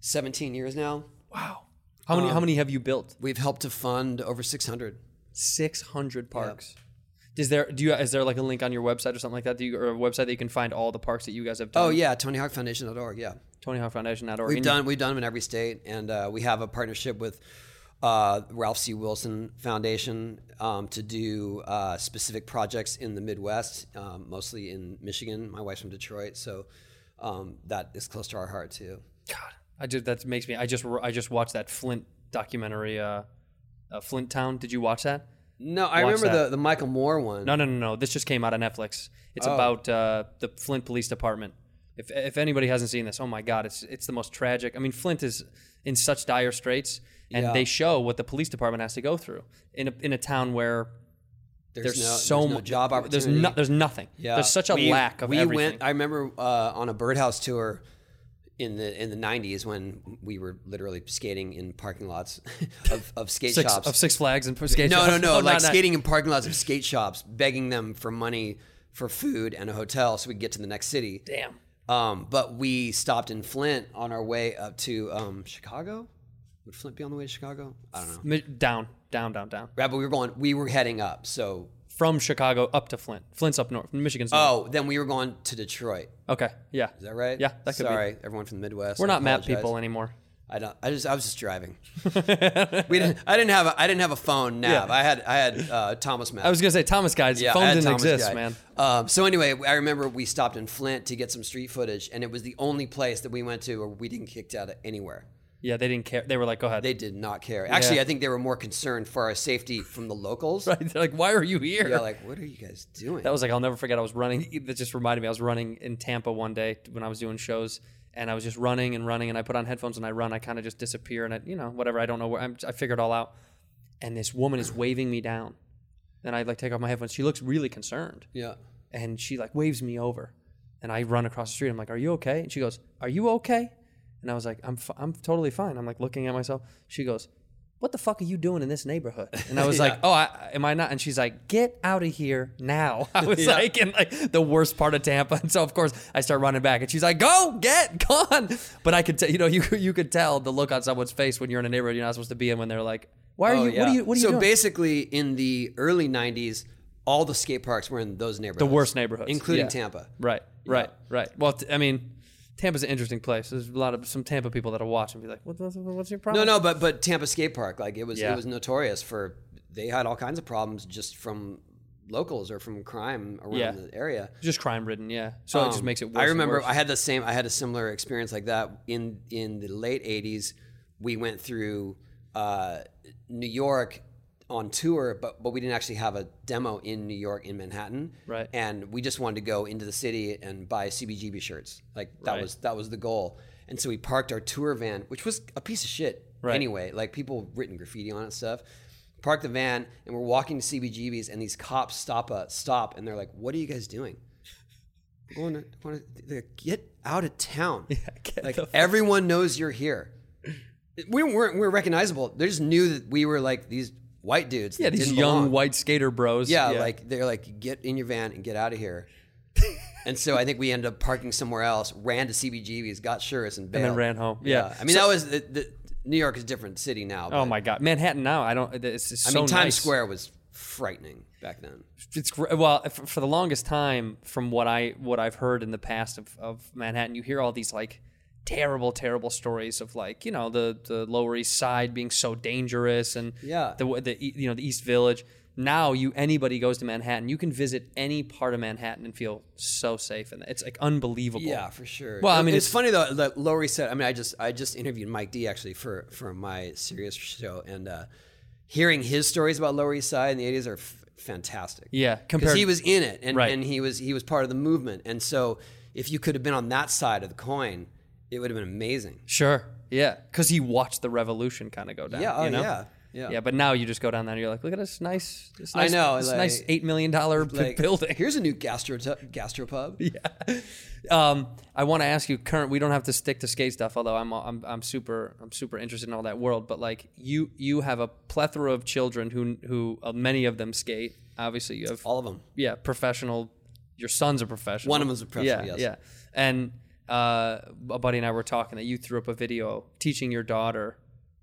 A: 17 years now.
B: wow, How many? how many have you built?
A: We've helped to fund over 600.
B: Six hundred parks. Is there do you is there like a link on your website or something like that? Do you, or a website that you can find all the parks that you guys have done?
A: Oh yeah, TonyHawkFoundation.org. Yeah,
B: TonyHawkFoundation.org.
A: we've
B: And you-
A: done we've done them in every state, and uh, we have a partnership with uh, Ralph C. Wilson Foundation um, to do uh, specific projects in the Midwest, um, mostly in Michigan. My wife's from Detroit, so um, that is close to our heart too.
B: I just that makes me. I just I just watched that Flint documentary. Uh, uh, Flint Town. Did you watch that?
A: No, I
B: Watch
A: remember
B: that.
A: the the Michael Moore one.
B: No, no, no, no. This just came out on Netflix. It's
A: Oh.
B: about uh, the Flint Police Department. If if anybody hasn't seen this, oh my God, it's it's the most tragic. I mean, Flint is in such dire straits, and
A: Yeah.
B: they show what the police department has to go through in a, in a town where there's,
A: no,
B: so
A: there's no
B: mu-
A: job
B: There's
A: opportunity.
B: no, there's nothing.
A: Yeah.
B: There's such a
A: We-
B: lack of
A: we
B: everything.
A: went. I remember uh, on a birdhouse tour in the in the '90s when we were literally skating in parking lots of, of skate
B: six,
A: shops
B: of Six Flags and skate
A: no,
B: shops.
A: no, no,
B: Oh,
A: Like
B: not- not-
A: skating in parking lots of skate shops, begging them for money for food and a hotel so we could get to the next city.
B: Damn.
A: Um, but we stopped in Flint on our way up to um, Chicago. Would Flint be on the way to Chicago? I don't know.
B: Mi- Down, down, down, down.
A: Right, but we were going. We were heading up. So
B: From Chicago up to Flint. Flint's up north. Michigan's north.
A: oh, then we were going to Detroit.
B: Okay. Yeah.
A: Is that right?
B: Yeah, that could be.
A: Sorry, everyone from the Midwest.
B: We're
A: I
B: not map
A: apologize.
B: people anymore.
A: I don't. I just. I was just driving. we didn't. I didn't have. A, I didn't have a phone nav. I had. I had uh, Thomas map.
B: I was gonna say Thomas guys, phone
A: I had
B: didn't
A: Thomas
B: exist,
A: guy.
B: man.
A: Um, so anyway, I remember we stopped in Flint to get some street footage, and it was the only place that we went to where we didn't get kicked out of anywhere.
B: Yeah, they didn't care. They were like, "Go ahead."
A: They
B: They,
A: did not care. Actually,
B: Yeah.
A: I think they were more concerned for our safety from the locals.
B: are like, "Why are you here?"
A: Yeah, like what are you guys doing?
B: that was like I'll never forget. I was running. That just reminded me. I was running in Tampa one day when I was doing shows, and I was just running and running. And I put on headphones and I run. I kind of just disappear and I, you know, whatever. I don't know where. I'm, I figure it all out. And this woman is waving me down, and I like take off my headphones. She looks really concerned.
A: yeah.
B: and she like waves me over and i run across the street i'm like are you okay and she goes are you okay and i was like i'm, f- I'm totally fine i'm like looking at myself she goes what the fuck are you doing in this neighborhood and i was like oh I, am i not and she's like get out of here now i was like in like the worst part of tampa and so of course i start running back and she's like go get gone but i could tell you know you, you could tell the look on someone's face when you're in a neighborhood you're not supposed to be in when they're like why are
A: Oh,
B: you
A: yeah.
B: what are you what are
A: so
B: you doing
A: basically, in the early '90s, all the skate parks were in those neighborhoods,
B: the worst neighborhoods,
A: including
B: Yeah.
A: Tampa.
B: Right, right, right. Well, t- I mean, Tampa's an interesting place. There's a lot of some Tampa people that'll watch and be like, what, what's, "What's your
A: No,
B: problem?"
A: no, but but Tampa skate park, like it was
B: Yeah.
A: it was notorious for they had all kinds of problems just from locals or from crime around
B: Yeah.
A: the area.
B: just crime ridden. Yeah, so it just
A: Um,
B: makes it. worse
A: I
B: and
A: remember
B: worse.
A: I had the same. I had a similar experience like that in in the late '80s. We went through uh, New York on tour, but but we didn't actually have a demo in New York in Manhattan.
B: Right.
A: And we just wanted to go into the city and buy CBGB shirts. Like that
B: Right.
A: was that was the goal. And so we parked our tour van, which was a piece of shit
B: Right.
A: anyway. Like people written graffiti on it and stuff. Parked the van, and we're walking to CBGB's, and these cops stop us, stop, and they're like, "What are you guys doing?" going to, going to they're, get out of town.
B: get
A: like
B: the fuck-
A: everyone knows you're here. We weren't we were recognizable. They just knew that we were like these white dudes.
B: yeah,
A: that
B: these
A: didn't
B: young
A: belong.
B: white skater bros.
A: Yeah, like they're like get in your van and get out of here. and so I think we ended up parking somewhere else, ran to CBGB's, got shirts, and bailed.
B: and then ran home. Yeah,
A: I mean that was the, the, New York is a different city now.
B: oh
A: but-
B: my god, Manhattan now. I don't. It's, it's
A: I
B: so
A: mean Times
B: nice.
A: Square was frightening back then.
B: it's gr- well f- for the longest time from what I what I've heard in the past of, of Manhattan you hear all these like terrible terrible stories of like you know the the lower east side being so dangerous and
A: Yeah.
B: the w- the E- you know the east village now you anybody goes to Manhattan you can visit any part of Manhattan and feel so safe and it's like unbelievable
A: Yeah, for sure.
B: Well, I
A: It-
B: mean,
A: it's,
B: it's-
A: funny though. That Lori said. I mean, I just I just interviewed Mike D actually for for my serious show, and uh, hearing his stories about Lower East Side in the eighties are f- fantastic.
B: Yeah,
A: because
B: compared-
A: he was in it, and
B: Right.
A: and he was he was part of the movement, and so if you could have been on that side of the coin, it would have been amazing.
B: sure yeah because he watched the revolution kind of go down
A: Yeah, oh,
B: you know?
A: yeah, yeah.
B: but now you just go down there and you're like look at this nice this
A: I
B: nice,
A: know,
B: this
A: like-
B: nice eight million dollar
A: Like,
B: building
A: Here's a new gastro gastropub.
B: Um, I want to ask you current. We don't have to stick to skate stuff, although I'm I'm I'm super I'm super interested in all that world. But like you you have a plethora of children who who uh, many of them skate. Obviously, you have
A: All of them.
B: yeah professional. Your son's a professional.
A: One of them's a professional,
B: Yeah,
A: yes.
B: yeah. And uh, a buddy and I were talking that you threw up a video teaching your daughter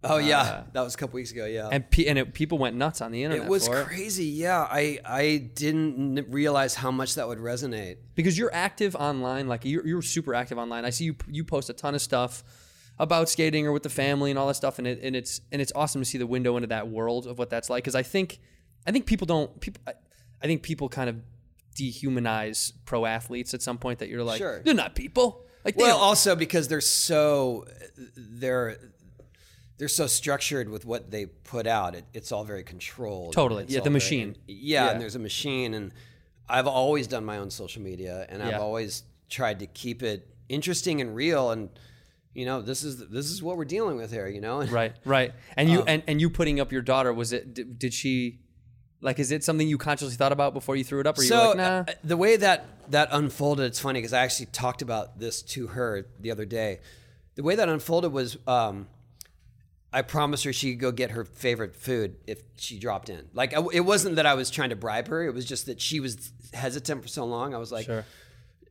A: Oh yeah, that was a couple weeks ago. Yeah,
B: and pe- and it, people went nuts on the internet.
A: it was
B: for
A: crazy. Yeah, I I didn't n- realize how much that would resonate.
B: because you're active online. Like you're, you're super active online. I see you you post a ton of stuff about skating or with the family and all that stuff, and it and it's and it's awesome to see the window into that world of what that's like. Because I think I think people don't people I, I think people kind of dehumanize pro athletes at some point. That you're like
A: Sure.
B: they're not people. Like
A: Well,
B: they
A: also because they're so they're they're so structured with what they put out. It, it's all very controlled.
B: Totally.
A: It's
B: Yeah,
A: all
B: the
A: very-
B: machine.
A: and- yeah, and there's a machine, and I've always done my own social media, and
B: Yeah.
A: I've always tried to keep it interesting and real, and you know, this is this is what we're dealing with here. You know,
B: Right, right. And
A: um,
B: you and, and you putting up your daughter was it? Did, did she like? Is it something you consciously thought about before you threw it up, or you were
A: so
B: like, nah?
A: uh, the way that that unfolded it's funny because i actually talked about this to her the other day the way that unfolded was um i promised her she could go get her favorite food if she dropped in like I, it wasn't that i was trying to bribe her it was just that she was hesitant for so long i was like uh,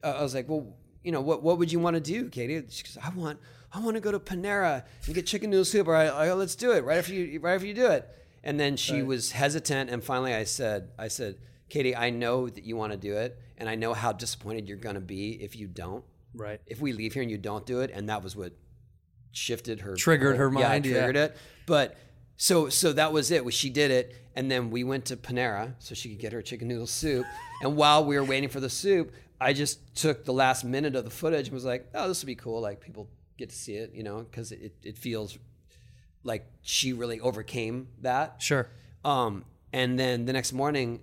A: I was like, well, you know, what what would you want to do, Katie? She goes, I want I want to go to Panera and get chicken noodle soup. All right, all right, let's do it right after you right after you do it. And then she was hesitant, and finally I said, I said, Katie, I know that you want to do it, and I know how disappointed you're gonna be if you don't.
B: right.
A: If we leave here and you don't do it, and that was what shifted her
B: Triggered her mind,
A: Yeah,
B: yeah.
A: triggered it. But so so that was it. was She did it, and then we went to Panera so she could get her chicken noodle soup. and while we were waiting for the soup, I just took the last minute of the footage and was like, "Oh, this will be cool. Like people get to see it, you know, because it, it feels like she really overcame that."
B: Sure.
A: Um, and then the next morning,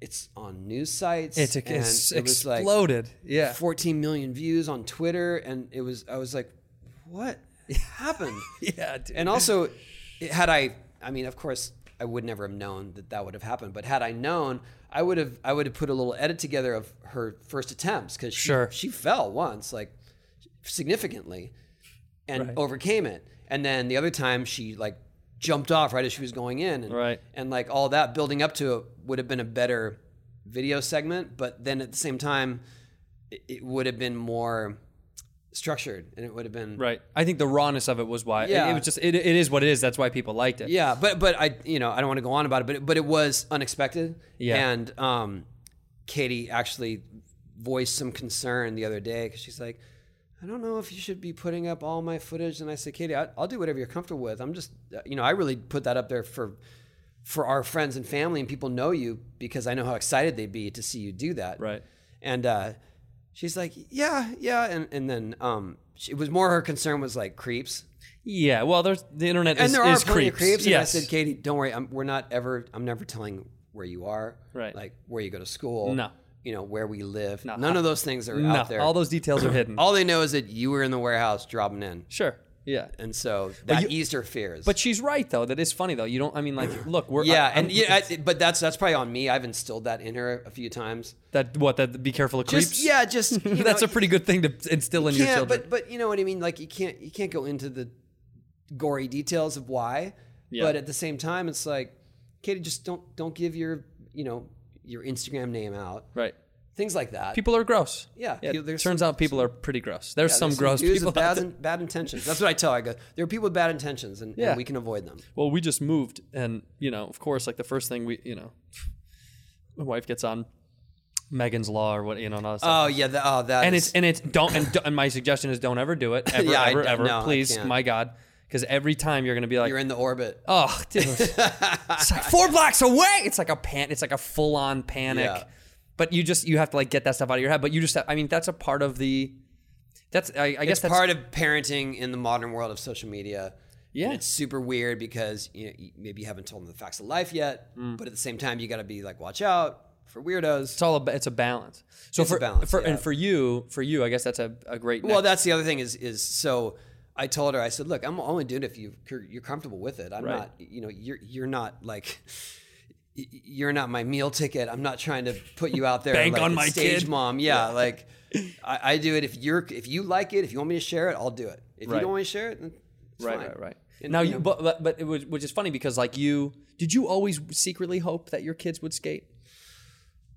A: it's on news sites.
B: It's,
A: and
B: it's
A: it was like-
B: exploded. yeah.
A: 14 million views on Twitter, and it was I was like, what happened?
B: yeah. Dude.
A: And also, it- had I, I mean, of course, I would never have known that that would have happened. But had I known, I would have I would have put a little edit together of her first attempts because she,
B: Sure.
A: she fell once, like significantly, and overcame it. And then the other time, she like jumped off right as she was going in, and,
B: Right.
A: and like all that building up to it would have been a better video segment. But then at the same time, it, it would have been more structured, and it would have been
B: right. I think the rawness of it was why. Yeah. It,
A: Yeah.
B: was just it, it is what it is. That's why people liked it.
A: Yeah, but but I you know I don't want to go on about it, but it, but it was unexpected.
B: Yeah.
A: and um, Katie actually voiced some concern the other day because she's like, I don't know if you should be putting up all my footage. And I said, Katie, I, I'll do whatever you're comfortable with. I'm just uh, you know I really put that up there for for our friends and family and people know you because I know how excited they'd be to see you do that.
B: Right.
A: And uh, she's like, yeah, yeah, and and then um, she, it was more her concern was like creeps
B: Yeah. Well, there's the internet
A: and
B: is,
A: there are
B: is
A: plenty
B: creeps.
A: of creeps.
B: Yes.
A: And I said, Katie, don't worry. I'm, we're not ever. I'm never telling where you are.
B: Right.
A: Like where you go to school.
B: No.
A: You know where we live. None of those things are
B: no,
A: out there.
B: all those details are hidden.
A: All they know is that you were in the warehouse dropping in,
B: sure. Yeah.
A: and so that
B: you-
A: eased her fears.
B: But uh, um, she's right though. That is funny though. You don't. I mean, like, look, we're
A: yeah,
B: I- I'm-
A: and yeah, I, but that's that's probably on me. I've instilled that in her a few times.
B: that what that be careful of creeps.
A: Just yeah, just you
B: That's
A: know,
B: a pretty good thing to instill in your
A: can't,
B: children.
A: but but you know what I mean. Like you can't you can't go into the gory details of why. But at the same time, it's like, Katie, just don't don't give your you know your Instagram name out.
B: Right.
A: Things like that.
B: People are gross.
A: Yeah,
B: it
A: people- there's
B: turns
A: some-
B: out people are pretty gross. There's
A: Yeah,
B: some
A: there's
B: gross
A: dudes
B: people.
A: with bad,
B: out there.
A: in- bad intentions. That's what I tell. I go, there are people with bad intentions, and, and
B: Yeah.
A: we can avoid them.
B: Well, we just moved, and you know, of course, like the first thing we, you know, my wife gets on Megan's Law or what, you know, and all that stuff.
A: Oh yeah, the, oh that
B: and
A: is-
B: it's and it's don't and, don't- and my suggestion is don't ever do it ever
A: Yeah, I
B: ever
A: don't-
B: ever
A: no, I
B: please
A: can't.
B: my God because every time you're gonna be like
A: you're in the orbit.
B: oh dude it's like four blocks away it's like a pan it's like a full on panic
A: Yeah.
B: but you just you have to like get that stuff out of your head but you just have, I mean that's a part of the that's I, I guess
A: it's
B: that's
A: part of parenting in the modern world of social media.
B: Yeah.
A: and it's super weird because you know, you- maybe you haven't told them the facts of life yet,
B: Mm.
A: but at the same time, you got to be like, watch out for weirdos.
B: it's all about it's a balance. So
A: It's a
B: for
A: balance,
B: for
A: yeah.
B: and for you for you, I guess that's a, a great.
A: Well,
B: next-
A: that's the other thing is is so I told her I said, look, I'm only doing it if you you're, you're comfortable with it. I'm
B: Right.
A: not, you know, you're you're not like. y- You're not my meal ticket. I'm not trying to put you out there
B: Bank
A: like
B: on
A: a
B: my
A: stage
B: kid.
A: mom. Yeah, like I, I do it if you're if you like it. If you want me to share it, I'll do it. If
B: Right.
A: you don't want to share it, then it's
B: right,
A: fine.
B: right, right.
A: And,
B: Now,
A: you
B: you,
A: know-
B: but but, but it was, which is funny because like you, did you always secretly hope that your kids would skate?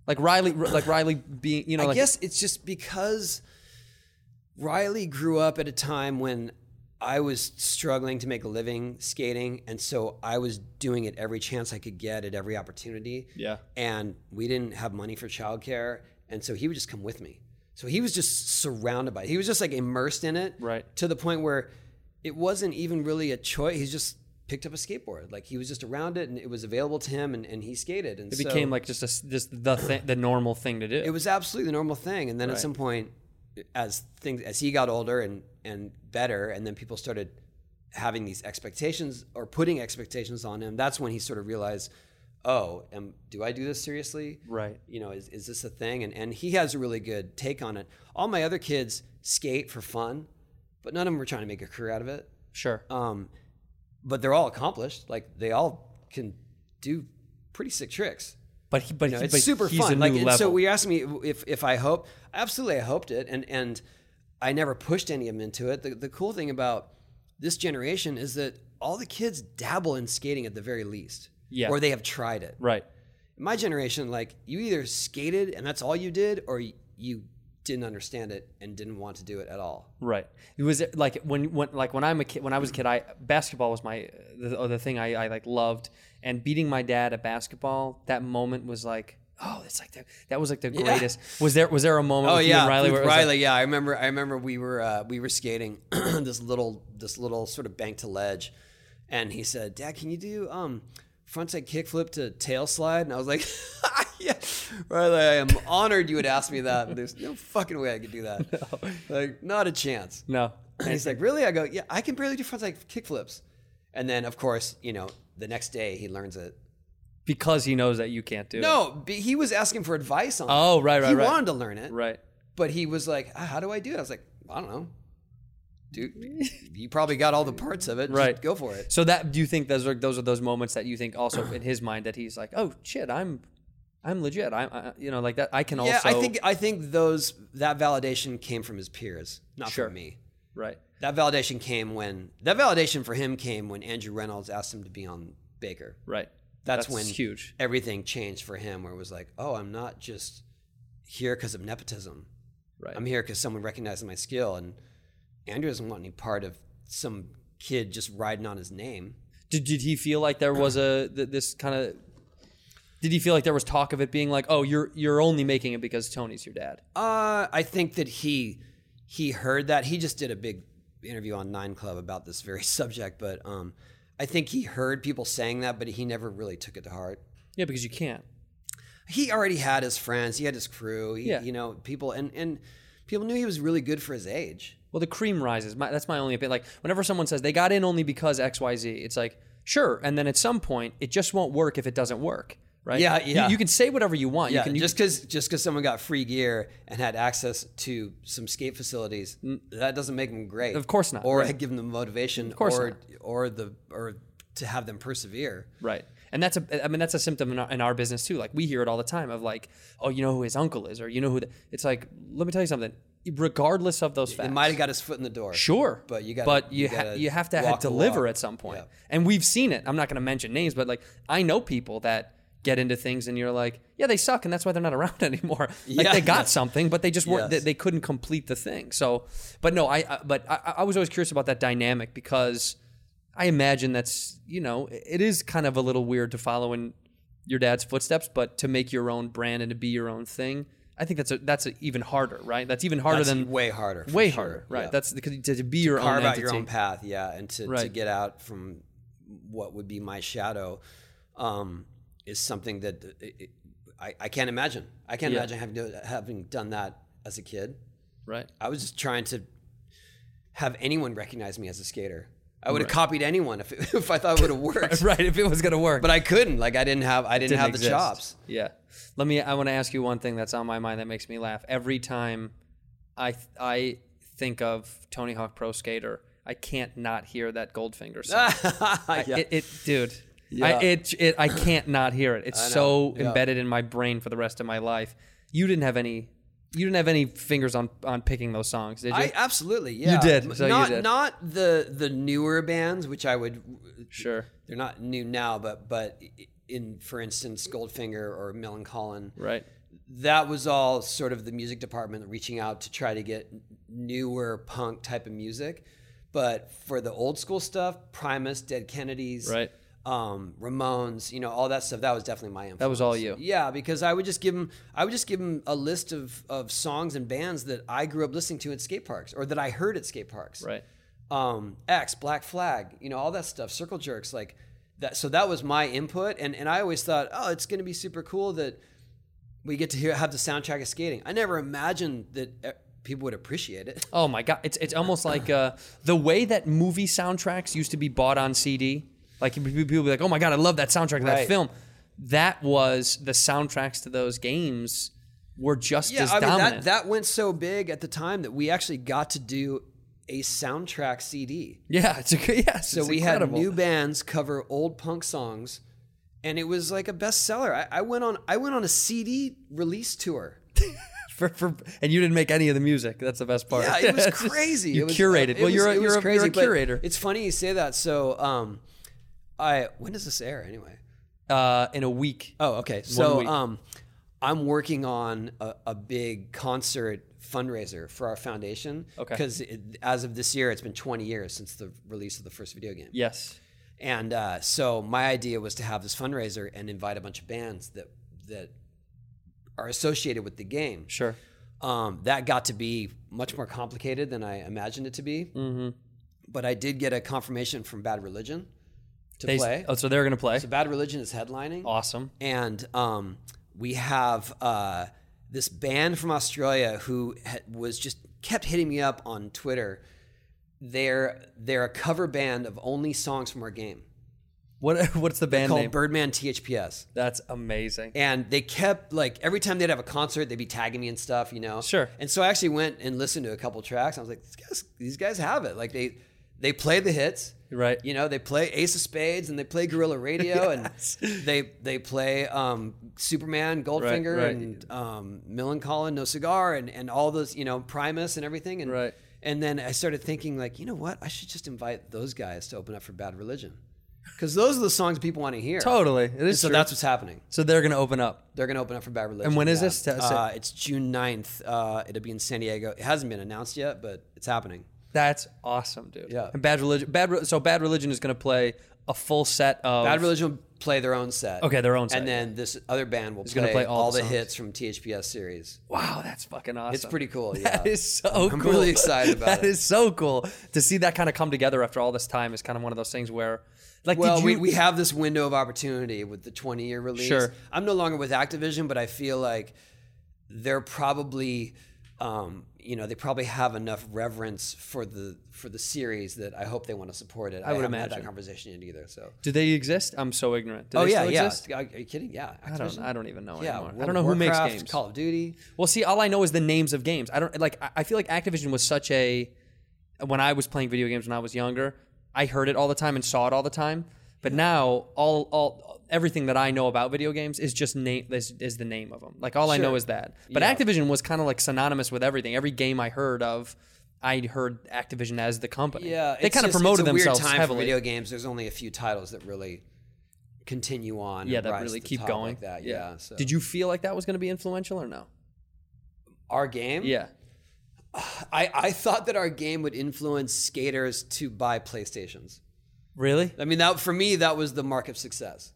B: Like Riley, like Riley being, you know,
A: I
B: like
A: guess it's just because Riley grew up at a time when I was struggling to make a living skating, and so I was doing it every chance I could get at every opportunity.
I: Yeah.
A: And we didn't have money for childcare, and so he would just come with me. So he was just surrounded by it. He was just like immersed in it.
I: Right.
A: To the point where it wasn't even really a choice. He just picked up a skateboard. Like he was just around it and it was available to him and, and he skated. And
B: It became like just a s just the th- the normal thing to do.
A: it was absolutely the normal thing. And then at some point, as things as he got older and and better, and then people started having these expectations or putting expectations on him. That's when he sort of realized, oh, am, do I do this seriously?
B: Right.
A: You know, is is this a thing? And and he has a really good take on it. All my other kids skate for fun, but none of them were trying to make a career out of it.
B: sure.
A: Um, but they're all accomplished. Like they all can do pretty sick tricks.
B: but he, but,
A: You know,
B: he-
A: it's
B: but
A: super
B: he's
A: fun.
B: A new
A: like and
B: level.
A: so, we asked me if if I hope. Absolutely, I hoped it, and and I never pushed any of them into it. The the cool thing about this generation is that all the kids dabble in skating at the very least,
B: Yeah.
A: or they have tried it.
B: right.
A: My generation, like you, either skated and that's all you did, or you, you didn't understand it and didn't want to do it at all.
B: Right. It was like when when like when I'm a kid when I was a kid I basketball was my the, uh, the thing I, I like loved and beating my dad at basketball that moment was like oh it's like the, that was like the greatest was there was there a moment
A: Oh
B: with you
A: yeah,
B: and Riley
A: with
B: where it was
A: Riley.
B: like,
A: yeah, I remember. I remember we were uh, we were skating this little this little sort of bank to ledge, and he said, "Dad, can you do um frontside kickflip to tail slide?" And I was like, "Yeah, Riley, I am honored you would ask me that. but There's no fucking way I could do that. Like, not a chance."
B: no
A: And he's like, "Really?" I go, "Yeah, I can barely do frontside kickflips." And then, of course, you know, the next day he learns it.
B: because he knows that you can't do it.
A: No, b- he was asking for advice on.
B: Oh,
A: it.
B: right, right,
A: He
B: right.
A: wanted to learn it
B: right
A: but he was like, "Ah, "How do I do it?" I was like, "I don't know, dude. You probably got all the parts of it. Just
B: Right.
A: go for it."
B: so that do you think those are those are those moments that you think also in his mind that he's like oh shit I'm I'm legit I'm I, you know like that I can
A: Yeah,
B: also
A: I think I think those that validation came from his peers, not
B: Sure.
A: from me.
B: right
A: That validation came when that validation for him came when Andrew Reynolds asked him to be on Baker.
B: right
A: That's, when
B: huge
A: everything changed for him, where it was like, "Oh, I'm not just here because of nepotism.
B: right
A: I'm here because someone recognizes my skill." And Andrew doesn't want any part of some kid just riding on his name.
B: Did, did he feel like there was a th- this kind of? Did he feel like there was talk of it being like, oh, you're you're only making it because Tony's your dad?
A: Uh, I think that he he heard that. He just did a big interview on Nine Club about this very subject, but um, I think he heard people saying that, but he never really took it to heart.
B: Yeah, because you can't.
A: He already had his friends, he had his crew, he,
B: Yeah.
A: you know, people, and and people knew he was really good for his age.
B: Well, the cream rises. My, that's my only opinion. Like whenever someone says they got in only because X Y Z, it's like sure, and then at some point it just won't work if it doesn't work, right?
A: Yeah,
B: You-
A: yeah.
B: You, can say whatever you want.
A: Yeah,
B: you can you
A: just because just because someone got free gear and had access to some skate facilities, that doesn't make them great.
B: Of course not,
A: Or
B: right.
A: give them the motivation. Of
B: course
A: or
B: not.
A: or the or to have them persevere.
B: Right. And that's a, I mean, that's a symptom in our, in our business too. Like we hear it all the time of like, oh, you know who his uncle is, or you know who. The, it's like, let me tell you something. Regardless of those facts,
A: It might have got his foot in the door.
B: Sure,
A: but you got.
B: but you, ha- you have to have deliver at some point, and we've seen it. I'm not going to mention names, but like I know people that get into things, and you're like, yeah, they suck, and that's why they're not around anymore. Like
A: Yeah.
B: they got something, but they just weren't. They,
A: Yes.
B: they couldn't complete the thing. So, but no, I. I but I, I was always curious about that dynamic because I imagine that's you know it is kind of a little weird to follow in your dad's footsteps, but to make your own brand and to be your own thing. I think that's a, that's a, even harder, right? That's even harder
A: That's
B: than
A: way harder, for
B: way
A: sure.
B: harder, right?
A: Yeah.
B: That's because to, to be your own
A: Carve out
B: entity.
A: your own path, yeah, and to, to
B: Right.
A: get out from what would be my shadow um, is something that uh, it, it, I, I can't imagine. I can't
B: Yeah.
A: imagine having do- having done that as a kid.
B: Right.
A: I was just trying to have anyone recognize me as a skater. I would have copied anyone if, it, if I thought it would have worked,
B: Right. If it was gonna work,
A: but I couldn't. Like I didn't have I didn't, have the
B: exist.
A: chops.
B: Yeah. Let me. I want to ask you one thing that's on my mind that makes me laugh every time. I th- I think of Tony Hawk Pro Skater. I can't not hear that Goldfinger song. I- it, it, dude. I, it, it, I can't not hear it. It's so embedded in my brain for the rest of my life. You didn't have any. You didn't have any fingers on on picking those songs, did you?
A: I absolutely, yeah.
B: did, so you
A: not
B: did.
A: not the the newer bands, which I would
B: sure.
A: they're not new now, but but in for instance Goldfinger or Melancholin,
B: Right.
A: that was all sort of the music department reaching out to try to get newer punk type of music. But for the old school stuff, Primus, Dead Kennedys,
B: Right.
A: um, Ramones, you know, all that stuff. That was definitely my influence.
B: was all you.
A: Yeah, because I would just give him, I would just give him a list of of songs and bands that I grew up listening to at skate parks or that I heard at skate parks.
B: Right.
A: Um, X, Black Flag, you know, all that stuff. Circle Jerks, like that. So that was my input, and and I always thought, oh, it's going to be super cool that we get to hear have the soundtrack of skating. I never imagined that uh, people would appreciate it.
B: Oh my god, it's it's almost like uh, the way that movie soundtracks used to be bought on CD. Like people would be like, "Oh my god, I love that soundtrack of that
A: Right.
B: film." That was the soundtracks to those games were just
A: Yeah,
B: as
A: I mean
B: dominant.
A: that that went so big at the time that we actually got to do a soundtrack CD.
B: yeah, it's a, yeah.
A: So we had new bands cover old punk songs, and it was like a bestseller. I, I went on I went on a CD release tour.
B: for, for, and you didn't make any of the music. That's the best part.
A: Yeah, it was
B: It's just-
A: crazy.
B: You
A: It was- uh,
B: curated.
A: it
B: well,
A: was-
B: you're
A: it
B: a,
A: was
B: you're, a, you're a
A: but
B: curator.
A: It's funny you say that. So, um, I when does this air anyway?
B: uh, in a week.
A: Oh, okay. So,
B: week.
A: um, I'm working on a, a big concert fundraiser for our foundation.
B: Okay.
A: Because as of this year, it's been 20 years since the release of the first video game.
B: Yes.
A: And uh, so my idea was to have this fundraiser and invite a bunch of bands that that are associated with the game.
B: Sure.
A: Um, that got to be much more complicated than I imagined it to be. Mm-hmm. But I did get a confirmation from Bad Religion to
B: They-
A: play.
B: Oh, so they're gonna play.
A: So Bad Religion is headlining.
B: Awesome.
A: And um, we have uh, this band from Australia who ha- was just kept hitting me up on Twitter. They're they're a cover band of only songs from our game
B: What what's the band
A: called
B: name?
A: Birdman THPS.
B: That's amazing.
A: And they kept like every time they'd have a concert, they'd be tagging me and stuff, you know.
B: Sure.
A: And so I actually went and listened to a couple tracks. I was like, these guys, these guys have it. Like they they play the hits,
B: Right.
A: You know, they play Ace of Spades and they play Gorilla Radio and they they play um, Superman, Goldfinger,
B: right.
A: and um, Millencolin, No Cigar, and and all those, you know, Primus and everything. And
B: Right.
A: and then I started thinking, like, you know what? I should just invite those guys to open up for Bad Religion. Because those are the songs people want to hear.
B: Totally. It
A: And
B: is
A: so
B: true.
A: that's what's happening.
B: So they're gonna open up.
A: They're going to open up for Bad Religion.
B: when is this? Tell us it.
A: Uh, it's June 9th. Uh, it'll be in San Diego. It hasn't been announced yet, but it's happening.
B: That's awesome, dude.
A: Yeah.
B: And Bad Religion, Bad Re- so Bad Religion is going to play a full set of
A: Bad Religion will play their own set.
B: Okay, their own set,
A: And then this other band will
B: gonna
A: play,
B: play all
A: all,
B: the
A: the,
B: songs.
A: hits from THPS series.
B: Wow, that's fucking awesome.
A: It's pretty cool. Yeah.
B: That is so cool.
A: I'm really excited about
B: That
A: it.
B: is so cool to see that kind of come together after all this time. Is kind of one of those things where, like,
A: well,
B: did
A: we,
B: you-
A: we have this window of opportunity with the 20 year release.
B: Sure.
A: I'm no longer with Activision, but I feel like they're probably, um, you know, they probably have enough reverence for the for the series that I hope they want to support it. I,
B: would
A: haven't had
B: imagine.
A: that conversation yet either. So.
B: do they exist? I'm so ignorant. Do
A: oh
B: they
A: yeah,
B: still
A: yeah.
B: exist?
A: Are you kidding? Yeah.
B: I don't.
A: Activision.
B: I don't even know
A: Yeah.
B: anymore. I
A: World
B: don't know
A: of
B: who makes
A: Warcraft,
B: games.
A: Call of Duty.
B: Well, see, all I know is the names of games. I don't like. I, I feel like Activision was such a. When I was playing video games when I was younger, I heard it all the time and saw it all the time. But now, all all everything that I know about video games is just name is, is the name of them. Like all I know is that. But Activision was kind of like synonymous with everything. Every game I heard of, I heard Activision as the company.
A: Yeah.
B: they
A: it's
B: kind of
A: just-
B: promoted
A: it's a weird
B: themselves
A: time
B: heavily.
A: For video games, there's only a few titles that really continue on.
B: yeah,
A: and
B: that
A: rise
B: really
A: to the
B: keep
A: top
B: going.
A: Like that. Yeah. so.
B: Did you feel like that was going to be influential or no?
A: our game?
B: Yeah.
A: I, I thought that our game would influence skaters to buy PlayStations.
B: Really?
A: I mean, that for me, that was the mark of success.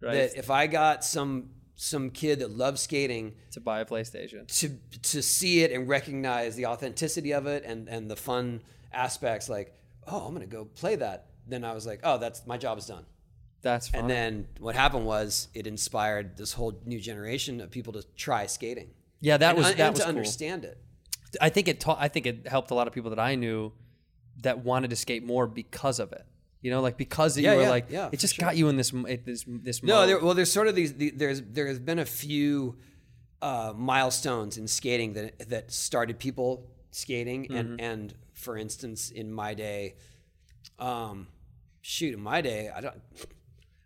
A: That if I got some some kid that loves skating
B: to buy a PlayStation.
A: to to see it and recognize the authenticity of it and and the fun aspects, like oh, I'm gonna go play that. Then I was like, oh, that's my job is done.
B: That's fine.
A: And then what happened was it inspired this whole new generation of people to try skating.
B: yeah, that
A: and,
B: was
A: and
B: that was
A: to
B: cool.
A: understand it.
B: I think it taught. I think it helped a lot of people that I knew that wanted to skate more because of it. You know, like because
A: Yeah,
B: you were
A: yeah,
B: like,
A: yeah,
B: it
A: for
B: just
A: sure.
B: got you in this m- it, this this.
A: No,
B: mode.
A: there, well, there's sort of these. The, there's there has been a few uh, milestones in skating that that started people skating, and and for instance, in my day, um, shoot, in my day, I don't.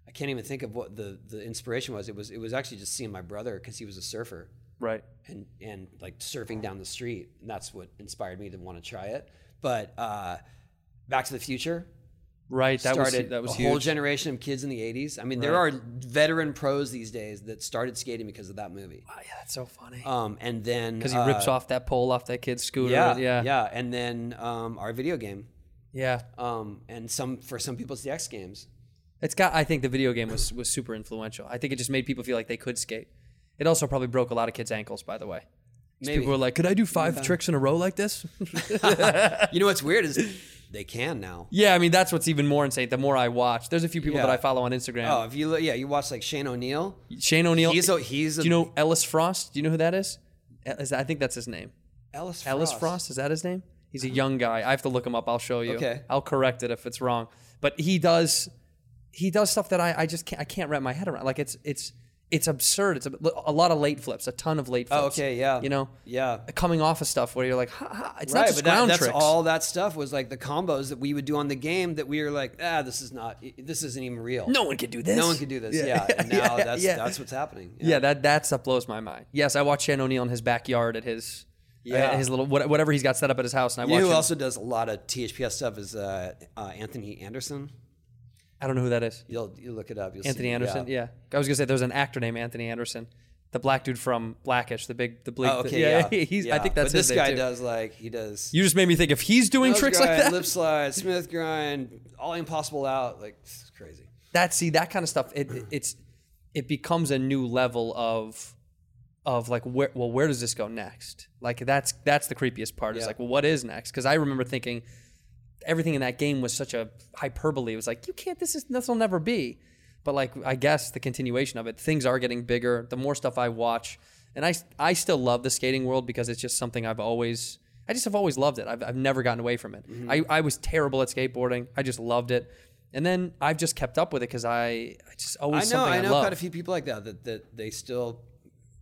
A: I can't even think of what the, the inspiration was. It was it was actually just seeing my brother because he was a surfer
B: right.
A: and and like surfing down the street, and that's what inspired me to want to try it. But uh, Back to the Future,
B: Right. That
A: started
B: was that was
A: a whole
B: huge.
A: generation of kids in the 80s. I mean, there are veteran pros these days that started skating because of that movie.
B: Oh, yeah, that's so funny.
A: Um, and then uh,
B: Because he rips off that pole off that kid's scooter.
A: yeah,
B: and- yeah.
A: yeah, and then um, our video game.
B: Yeah.
A: Um, and some for some people it's the X Games.
B: It's got. I think the video game was was super influential. I think it just made people feel like they could skate. It also probably broke a lot of kids' ankles, by the way. 'Cause
A: Maybe.
B: People were like, "Could I do five tricks in a row like this?"
A: You know what's weird is they can now.
B: yeah, I mean that's what's even more insane. The more I watch, there's a few people
A: Yeah.
B: that I follow on Instagram.
A: Oh, if you look, yeah, you watch like Shane O'Neill.
B: Shane O'Neill.
A: He's a- he's a-
B: do you know Ellis Frost? Do you know who that is? El- is that- I think that's his name.
A: Ellis Frost. Uh-huh.
B: Ellis Frost is that his name? He's a young guy. I have to look him up. I'll show you.
A: Okay.
B: I'll correct it if it's wrong. But he does he does stuff that I, I just can't I can't wrap my head around. Like it's it's it's absurd. It's a, a lot of late flips, a ton of late flips.
A: Oh, okay, yeah.
B: You know,
A: Yeah.
B: coming off of stuff where you're like, ha, ha. it's not
A: Right,
B: just
A: but that,
B: ground
A: that's
B: tricks.
A: all that stuff was like the combos that we would do on the game that we were like, ah, this is not, this isn't even real.
B: no one can do this.
A: No one can do this. Yeah, and now
B: Yeah,
A: that's
B: yeah.
A: that's what's happening.
B: Yeah, that that stuff blows my mind. Yes, I watch Shannon O'Neill in his backyard at his yeah
A: Yeah.
B: his little what- whatever he's got set up at his house, and I
A: you
B: watch.
A: know who
B: him.
A: also does a lot of THPS stuff is uh, uh, Anthony Anderson.
B: I don't know who that is.
A: You'll you look it up. You'll
B: Anthony
A: see,
B: Anderson. Yeah. I was gonna say there's an actor named Anthony Anderson, the black dude from Blackish, the big, the bleak.
A: Oh, okay. Yeah.
B: he's. I
A: yeah.
B: think that's
A: But this
B: his name,
A: guy
B: too.
A: does like he does.
B: You just made me think if he's doing
A: nose
B: tricks
A: grind,
B: like that.
A: lip slide, Smith grind, all impossible out. Like it's crazy.
B: that see that kind of stuff. It it's it becomes a new level of of like where well where does this go next? Like that's that's the creepiest part. Is
A: Yeah.
B: like well, what is next? Because I remember thinking everything in that game was such a hyperbole. It was like you can't. This is this will never be. But like I guess the continuation of it, things are getting bigger. The more stuff I watch, and I I still love the skating world because it's just something I've always. I just have always loved it. I've, I've never gotten away from it.
A: Mm-hmm.
B: I, I was terrible at skateboarding. I just loved it. And then I've just kept up with it because I, I just always
A: I know.
B: something I,
A: I know
B: love.
A: quite a few people like that that, that they still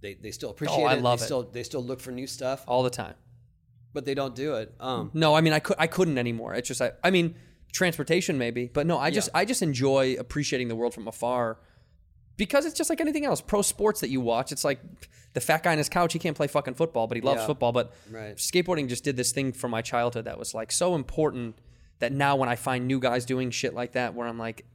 A: they, they still appreciate
B: Oh, I
A: it.
B: love
A: they
B: it. Oh.
A: Still, they still look for new stuff,
B: all the time.
A: but they don't do it. Um,
B: No, I mean I could I couldn't anymore. It's just I I mean transportation maybe, but no, I just I just enjoy appreciating the world from afar because it's just like anything else. Pro sports that you watch, it's like the fat guy on his couch, he can't play fucking football, but he loves
A: Yeah.
B: football, but
A: Right.
B: skateboarding just did this thing for my childhood that was like so important that now when I find new guys doing shit like that where I'm like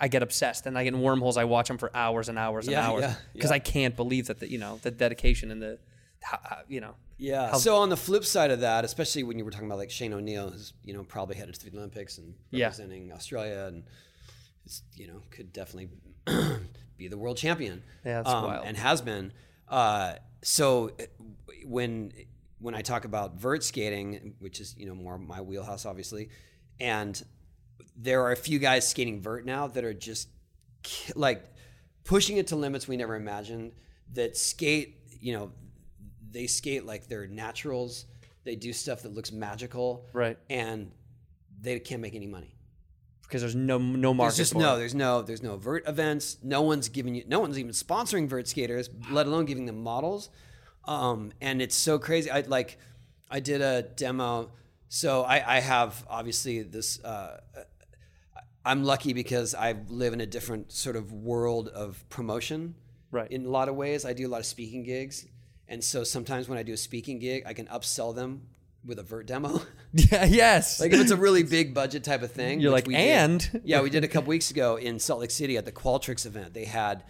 B: I get obsessed and I get in wormholes. I watch them for hours and hours and
A: Yeah,
B: hours
A: yeah,
B: because I can't believe that the you know the dedication and the how- how- you know
A: Yeah.
B: how-
A: so on the flip side of that, especially when you were talking about like Shane O'Neill, who's you know probably headed to the Olympics and
B: Yeah.
A: representing Australia, and is, you know could definitely be the world champion. Um,
B: Yeah, that's wild.
A: And has been. Uh, so uh, when when I talk about vert skating, which is you know more my wheelhouse, obviously, and there are a few guys skating vert now that are just ki- like pushing it to limits we never imagined. That skate, you know, they skate like they're naturals. They do stuff that looks magical,
B: Right.
A: And they can't make any money.
B: because there's no no market
A: There's just
B: for
A: no,
B: it.
A: there's no, there's no vert events. No one's giving you, no one's even sponsoring vert skaters, let alone giving them models. Um, and it's so crazy. I like, I did a demo, so I, I have obviously this. Uh, I'm lucky because I live in a different sort of world of promotion.
B: Right.
A: In a lot of ways, I do a lot of speaking gigs, and so sometimes when I do a speaking gig, I can upsell them with a vert demo.
B: Yeah, yes.
A: Like if it's a really big budget type of thing,
B: You're
A: which
B: like,
A: we
B: "And?"
A: did, yeah, we did a couple weeks ago in Salt Lake City at the Qualtrics event. They had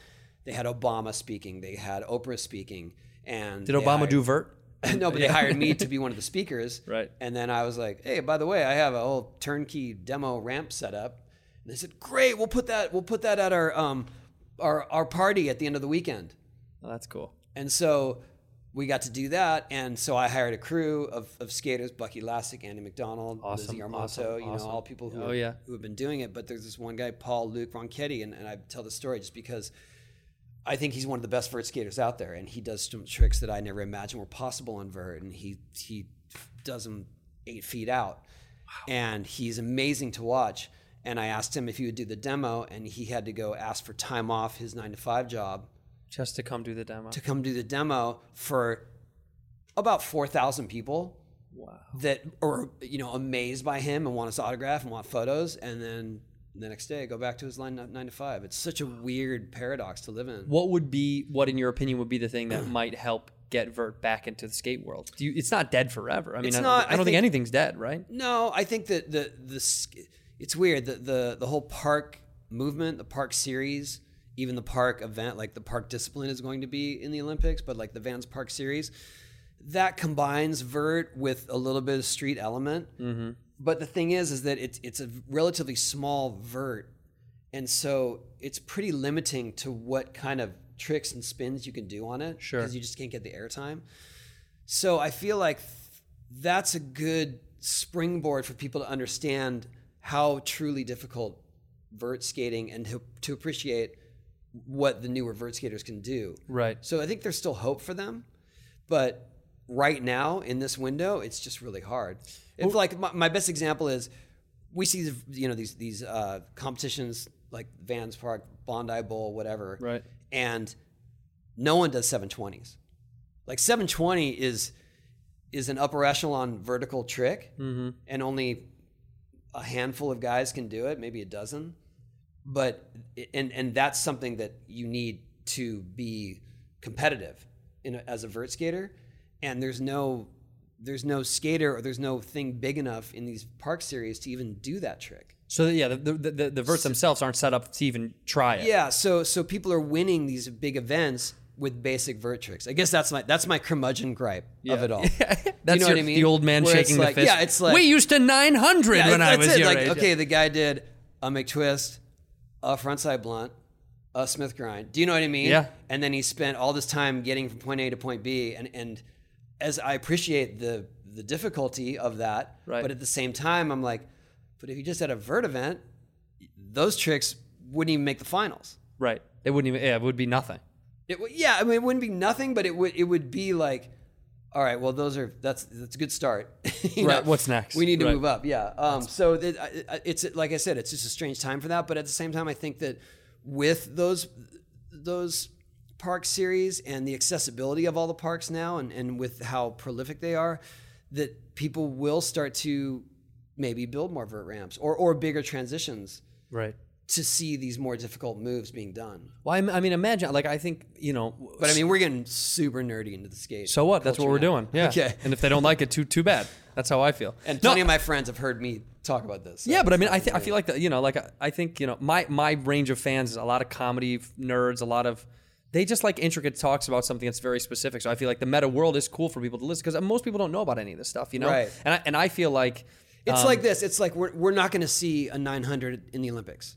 A: they had Obama speaking, they had Oprah speaking, and
B: Did
A: they
B: Obama
A: hired-
B: do vert?
A: no, but they hired me to be one of the speakers.
B: Right.
A: And then I was like, hey, by the way, I have a whole turnkey demo ramp set up. And they said, great, we'll put that we'll put that at our um our our party at the end of the weekend.
B: Oh, that's cool.
A: And so we got to do that. And so I hired a crew of, of skaters, Bucky Lassick, Andy McDonald,
B: Awesome,
A: Lizzie Armato,
B: awesome,
A: you know,
B: awesome.
A: all people who,
B: Oh, yeah.
A: who have been doing it. But there's this one guy, Paul Luke Ronchetti, and, and I tell the story just because I think he's one of the best vert skaters out there. And he does some tricks that I never imagined were possible on vert. And he, he does them eight feet out. And he's amazing to watch. And I asked him if he would do the demo, and he had to go ask for time off his nine to five job
B: Just to come do the demo.
A: to come do the demo for about 4,000 people that are, you know, amazed by him and want his autograph and want photos. And then the next day, go back to his line nine to five. It's such a weird paradox to live in.
B: What would be what in your opinion would be the thing that might help get vert back into the skate world? Do you, it's not dead forever. I mean,
A: It's
B: I don't,
A: not,
B: I don't
A: I
B: think,
A: think-
B: anything's dead, right?
A: No, I think that the the sk- it's weird the the the whole park movement, the park series, even the park event, like the park discipline is going to be in the Olympics, but like the Vans Park series, that combines vert with a little bit of street element. But the thing is, is that it's it's a relatively small vert, and so it's pretty limiting to what kind of tricks and spins you can do on it.
B: Sure.
A: because you just can't get the airtime. So I feel like th- that's a good springboard for people to understand how truly difficult vert skating and to, to appreciate what the newer vert skaters can do.
B: Right.
A: So I think there's still hope for them, but right now in this window, it's just really hard. If like my, my best example is, we see the- you know these these uh, competitions like Vans Park, Bondi Bowl, whatever,
B: Right.
A: And no one does 720s. Like 720 is is an upper echelon vertical trick,
B: Mm-hmm.
A: and only a handful of guys can do it, maybe a dozen. But and and that's something that you need to be competitive in a, as a vert skater. And there's no there's no skater or there's no thing big enough in these park series to even do that trick.
B: So yeah, the the, the, the verts themselves aren't set up to even try it.
A: Yeah, so so people are winning these big events with basic vert tricks. I guess that's my that's my curmudgeon gripe of it all.
B: That's
A: you know
B: your-
A: what I mean?
B: the old man
A: Where it's
B: shaking
A: like-
B: the fist.
A: Yeah, it's like
B: we used to 900
A: yeah,
B: when I
A: that's
B: was
A: it.
B: your
A: like,
B: age.
A: Okay, the guy did a McTwist, a frontside blunt, a Smith grind. Do you know what I mean?
B: Yeah.
A: And then he spent all this time getting from point A to point B, and and as I appreciate the the difficulty of that,
B: Right.
A: but at the same time, I'm like, but if you just had a vert event, those tricks wouldn't even make the finals.
B: right. It wouldn't even. Yeah, it would be nothing.
A: It would, yeah, I mean, it wouldn't be nothing, but it would it would be like, all right, well, those are that's that's a good start. You
B: Right, what's next?
A: We need to
B: Right.
A: move up. Yeah. Um. So that- I- I- it's like I said, it's just a strange time for that. But at the same time, I think that with those those park series and the accessibility of all the parks now, and and with how prolific they are, that people will start to maybe build more vert ramps or or bigger transitions
B: Right.
A: to see these more difficult moves being done.
B: Well, I'm- I mean, imagine. Like, I think you know.
A: But I mean, we're getting super nerdy into the skate.
B: so what? That's what
A: culture
B: we're
A: now.
B: doing. Yeah.
A: Okay.
B: And if they don't like it, too too bad. That's how I feel.
A: And
B: No,
A: plenty of my friends have heard me talk about this. so
B: Yeah, but I
A: it's
B: mean, I
A: not
B: think I
A: new.
B: feel like that. You know, like I, I think you know my my range of fans is a lot of comedy f- nerds, a lot of they just like intricate talks about something that's very specific. So I feel like the meta world is cool for people to listen because most people don't know about any of this stuff. You know,
A: Right.
B: and I, and I feel like
A: it's like
B: um,
A: this. It's like we're we're not going to see a 900 in the Olympics.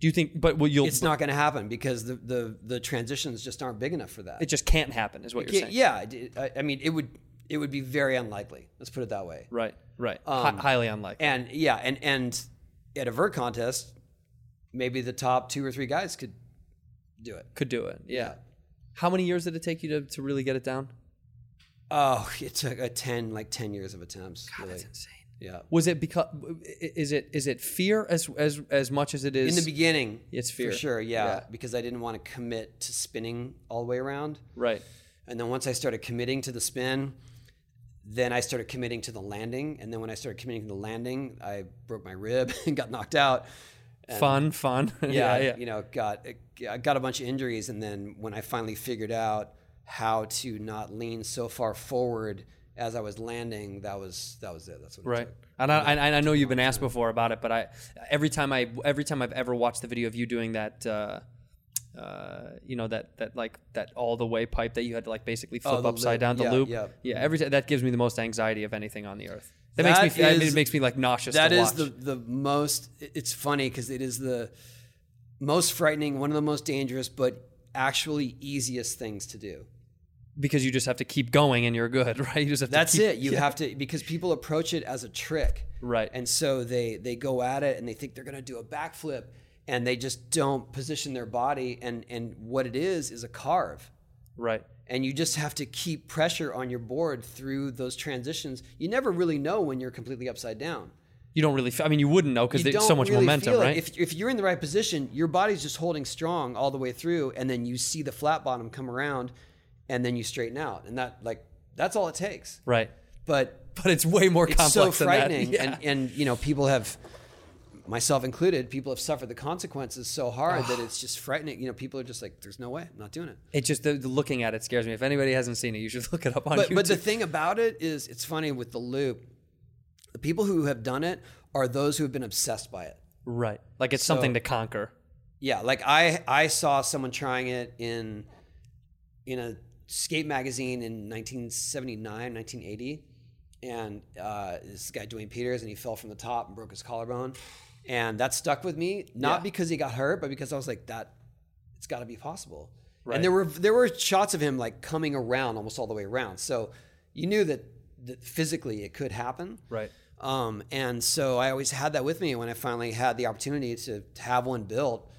B: do you think? But will you'll
A: It's not going to happen because the, the the transitions just aren't big enough for that.
B: it just can't happen is what you're
A: yeah,
B: saying.
A: yeah. I did- I, I mean, it would it would be very unlikely. Let's put it that way.
B: Right. Right.
A: Um,
B: Hi- highly unlikely.
A: And yeah, and and at a vert contest, maybe the top two or three guys could do it.
B: Could do it. Yeah. How many years did it take you to, to really get it down?
A: Oh, it took a ten like ten years of attempts. really. Yeah.
B: Was it because is it is it fear as as as much as it is
A: in the beginning
B: It's fear.
A: for sure yeah,
B: Yeah.
A: because i didn't want to commit to spinning all the way around
B: Right.
A: and then once i started committing to the spin then i started committing to the landing and then when i started committing to the landing i broke my rib and got knocked out
B: Fun. Fun.
A: yeah, you know got i got a bunch of injuries and then when i finally figured out how to not lean so far forward as i was landing that was that was it that's what it
B: Right.
A: took.
B: And I, and I know you've been asked before about it, but I every time I every time I've ever watched the video of you doing that, uh, uh, you know that that like that all the way pipe that you had to like basically flip
A: Oh, the
B: upside
A: loop.
B: down the
A: Yeah,
B: loop.
A: yeah.
B: yeah. Every time that gives me the most anxiety of anything on the earth. That, makes
A: That
B: me feel,
A: is-
B: it makes me like nauseous.
A: That
B: to
A: is
B: watch.
A: the the most. It's funny because it is the most frightening, one of the most dangerous, but actually easiest things to do.
B: because you just have to keep going and you're good, right? You just have
A: That's
B: to keep,
A: it. You have to because people approach it as a trick,
B: Right.
A: And so they they go at it and they think they're going to do a backflip, and they just don't position their body. And and what it is is a carve.
B: right.
A: And you just have to keep pressure on your board through those transitions. You never really know when you're completely upside down.
B: You don't really. Feel, I mean, you wouldn't know because
A: you
B: there's
A: don't
B: so much
A: really
B: momentum,
A: feel it.
B: right?
A: If, if you're in the right position, your body's just holding strong all the way through, and then you see the flat bottom come around, and then you straighten out, and that like that's all it takes.
B: right.
A: But
B: But it's way more
A: it's so
B: complex
A: frightening,
B: than that. Yeah.
A: and and you know people have, myself included, people have suffered the consequences so hard that it's just frightening. You know, people are just like, "There's no way, I'm not doing it."
B: it just the, the looking at it scares me. If anybody hasn't seen it, you should look it up on
A: but,
B: YouTube.
A: but the thing about it is, it's funny with the loop. The people who have done it are those who have been obsessed by it.
B: Right. Like it's something to conquer.
A: yeah like i i saw someone trying it in in a skate magazine in 1979 1980 and uh, this guy Dwayne Peters, and he fell from the top and broke his collarbone, and that stuck with me not because he got hurt, but because I was like that. It's got to be possible.
B: Right.
A: And there were there were shots of him like coming around almost all the way around, so you knew that, that physically it could happen.
B: Right.
A: Um, and so I always had that with me. And when I finally had the opportunity to have one built,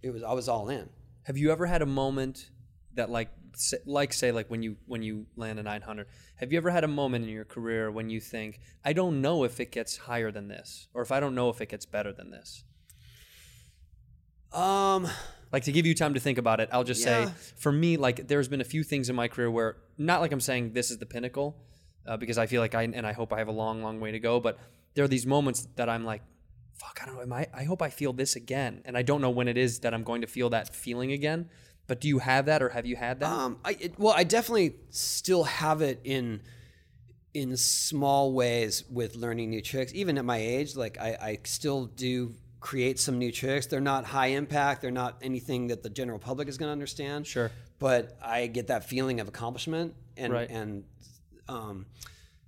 A: it was I was all in.
B: Have you ever had a moment that like say, like say like when you when you land a 900 have you ever had a moment in your career when you think I don't know if it gets higher than this or if I don't know if it gets better than this?
A: Um,
B: Like to give you time to think about it, I'll just say
A: Yeah.
B: for me like there's been a few things in my career where not like I'm saying this is the pinnacle uh, because I feel like I and I hope I have a long long way to go, but there are these moments that I'm like fuck, I don't know. Am I, I hope I feel this again. And I don't know when it is that I'm going to feel that feeling again. But do you have that or have you had that?
A: um, I it, well, I definitely still have it in in small ways with learning new tricks. Even at my age, like I, I still do create some new tricks. They're not high impact. They're not anything that the general public is going to understand.
B: Sure.
A: But I get that feeling of accomplishment and
B: Right.
A: and um,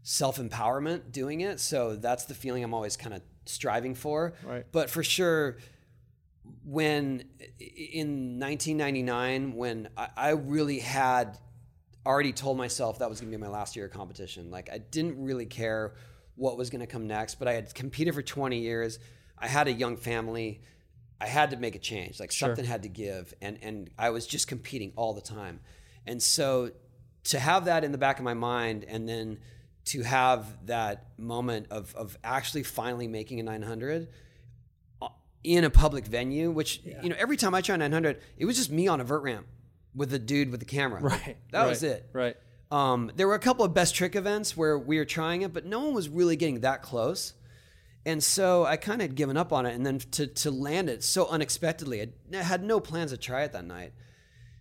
A: self empowerment doing it. So that's the feeling I'm always kind of striving for.
B: Right.
A: But for sure, when in 1999, when I, I really had already told myself that was going to be my last year of competition. Like I didn't really care what was going to come next, but I had competed for 20 years. I had a young family. I had to make a change. Like something had to give and and I was just competing all the time. And so to have that in the back of my mind and then to have that moment of of actually finally making a 900 in a public venue, which you know, every time I try 900, it was just me on a vert ramp with a dude with the camera.
B: Right.
A: That was
B: right,
A: it.
B: Right.
A: Um, there were a couple of best trick events where we were trying it, but no one was really getting that close. And so I kind of had given up on it. And then to, to land it so unexpectedly, I n- had no plans to try it that night.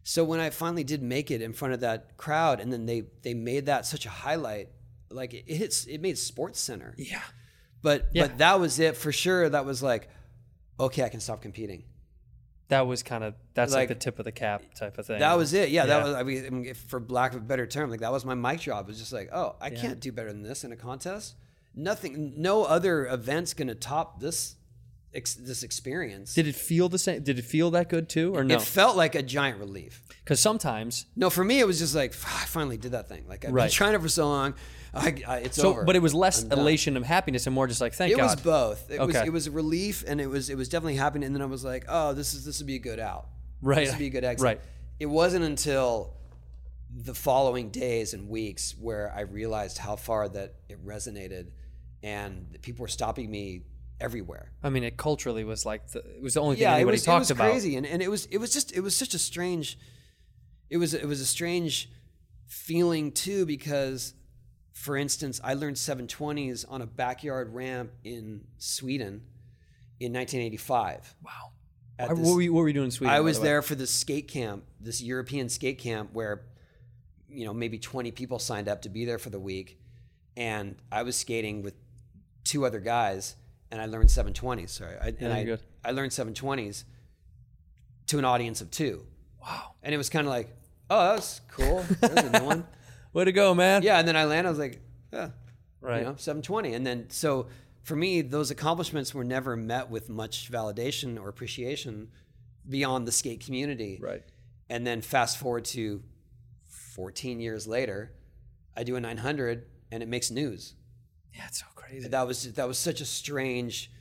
A: So when I finally did make it in front of that crowd, and then they, they made that such a highlight, like it, it hits, it made Sports Center.
B: Yeah.
A: But,
B: Yeah.
A: but that was it for sure. That was like, okay, I can stop competing.
B: That was kind of that's like,
A: Like-
B: the tip of the cap type of thing.
A: That was it. Yeah,
B: Yeah.
A: that was. I mean, if, for lack of a better term, like that was my mic job. It was just like, oh, I can't do better than this in a contest. Nothing. No other event's gonna top this. Ex, this experience.
B: Did it feel the same? Did it feel that good too, or no?
A: It felt like a giant relief.
B: Because sometimes,
A: No, for me, it was just like "Phew, I finally did that thing. Like I've
B: Right.
A: been trying it for so long. I, I, it's
B: so
A: over.
B: but it was less
A: I'm done.
B: elation of happiness and more just like thank
A: It
B: God.
A: was both. It was
B: Okay.
A: it was relief and it was it was definitely happening. And then I was like, oh, this is this would be a good out.
B: Right.
A: This would be a good exit.
B: Right.
A: It wasn't until the following days and weeks where I realized how far that it resonated, and that people were stopping me everywhere.
B: I mean, it culturally was like the, it was the only thing
A: Yeah, it
B: anybody
A: was,
B: talked
A: it was
B: about.
A: crazy, and, and it was it was just it was such a strange, it was it was a strange feeling too because, for instance, I learned seven twenties on a backyard ramp in Sweden, in nineteen eighty five. Wow.
B: I- what, were you, what were you doing in Sweden? by
A: I
B: the
A: was
B: way?
A: there for this skate camp, this European skate camp where, you know, maybe 20 people signed up to be there for the week. And I was skating with two other guys and I learned 720s. Sorry. I, and
B: you're
A: I,
B: good.
A: I learned 720s to an audience of two. Wow. And it was kind of like, oh, that's cool. That's a new one.
B: Way to go, man!
A: Yeah. And then I landed, I was like, yeah,
B: Right.
A: you know, 720. And then, so for me, those accomplishments were never met with much validation or appreciation beyond the skate community.
B: Right.
A: And then fast forward to 14 years later, I do a 900 and it makes news.
B: Yeah, it's so crazy.
A: That was that was such a strange,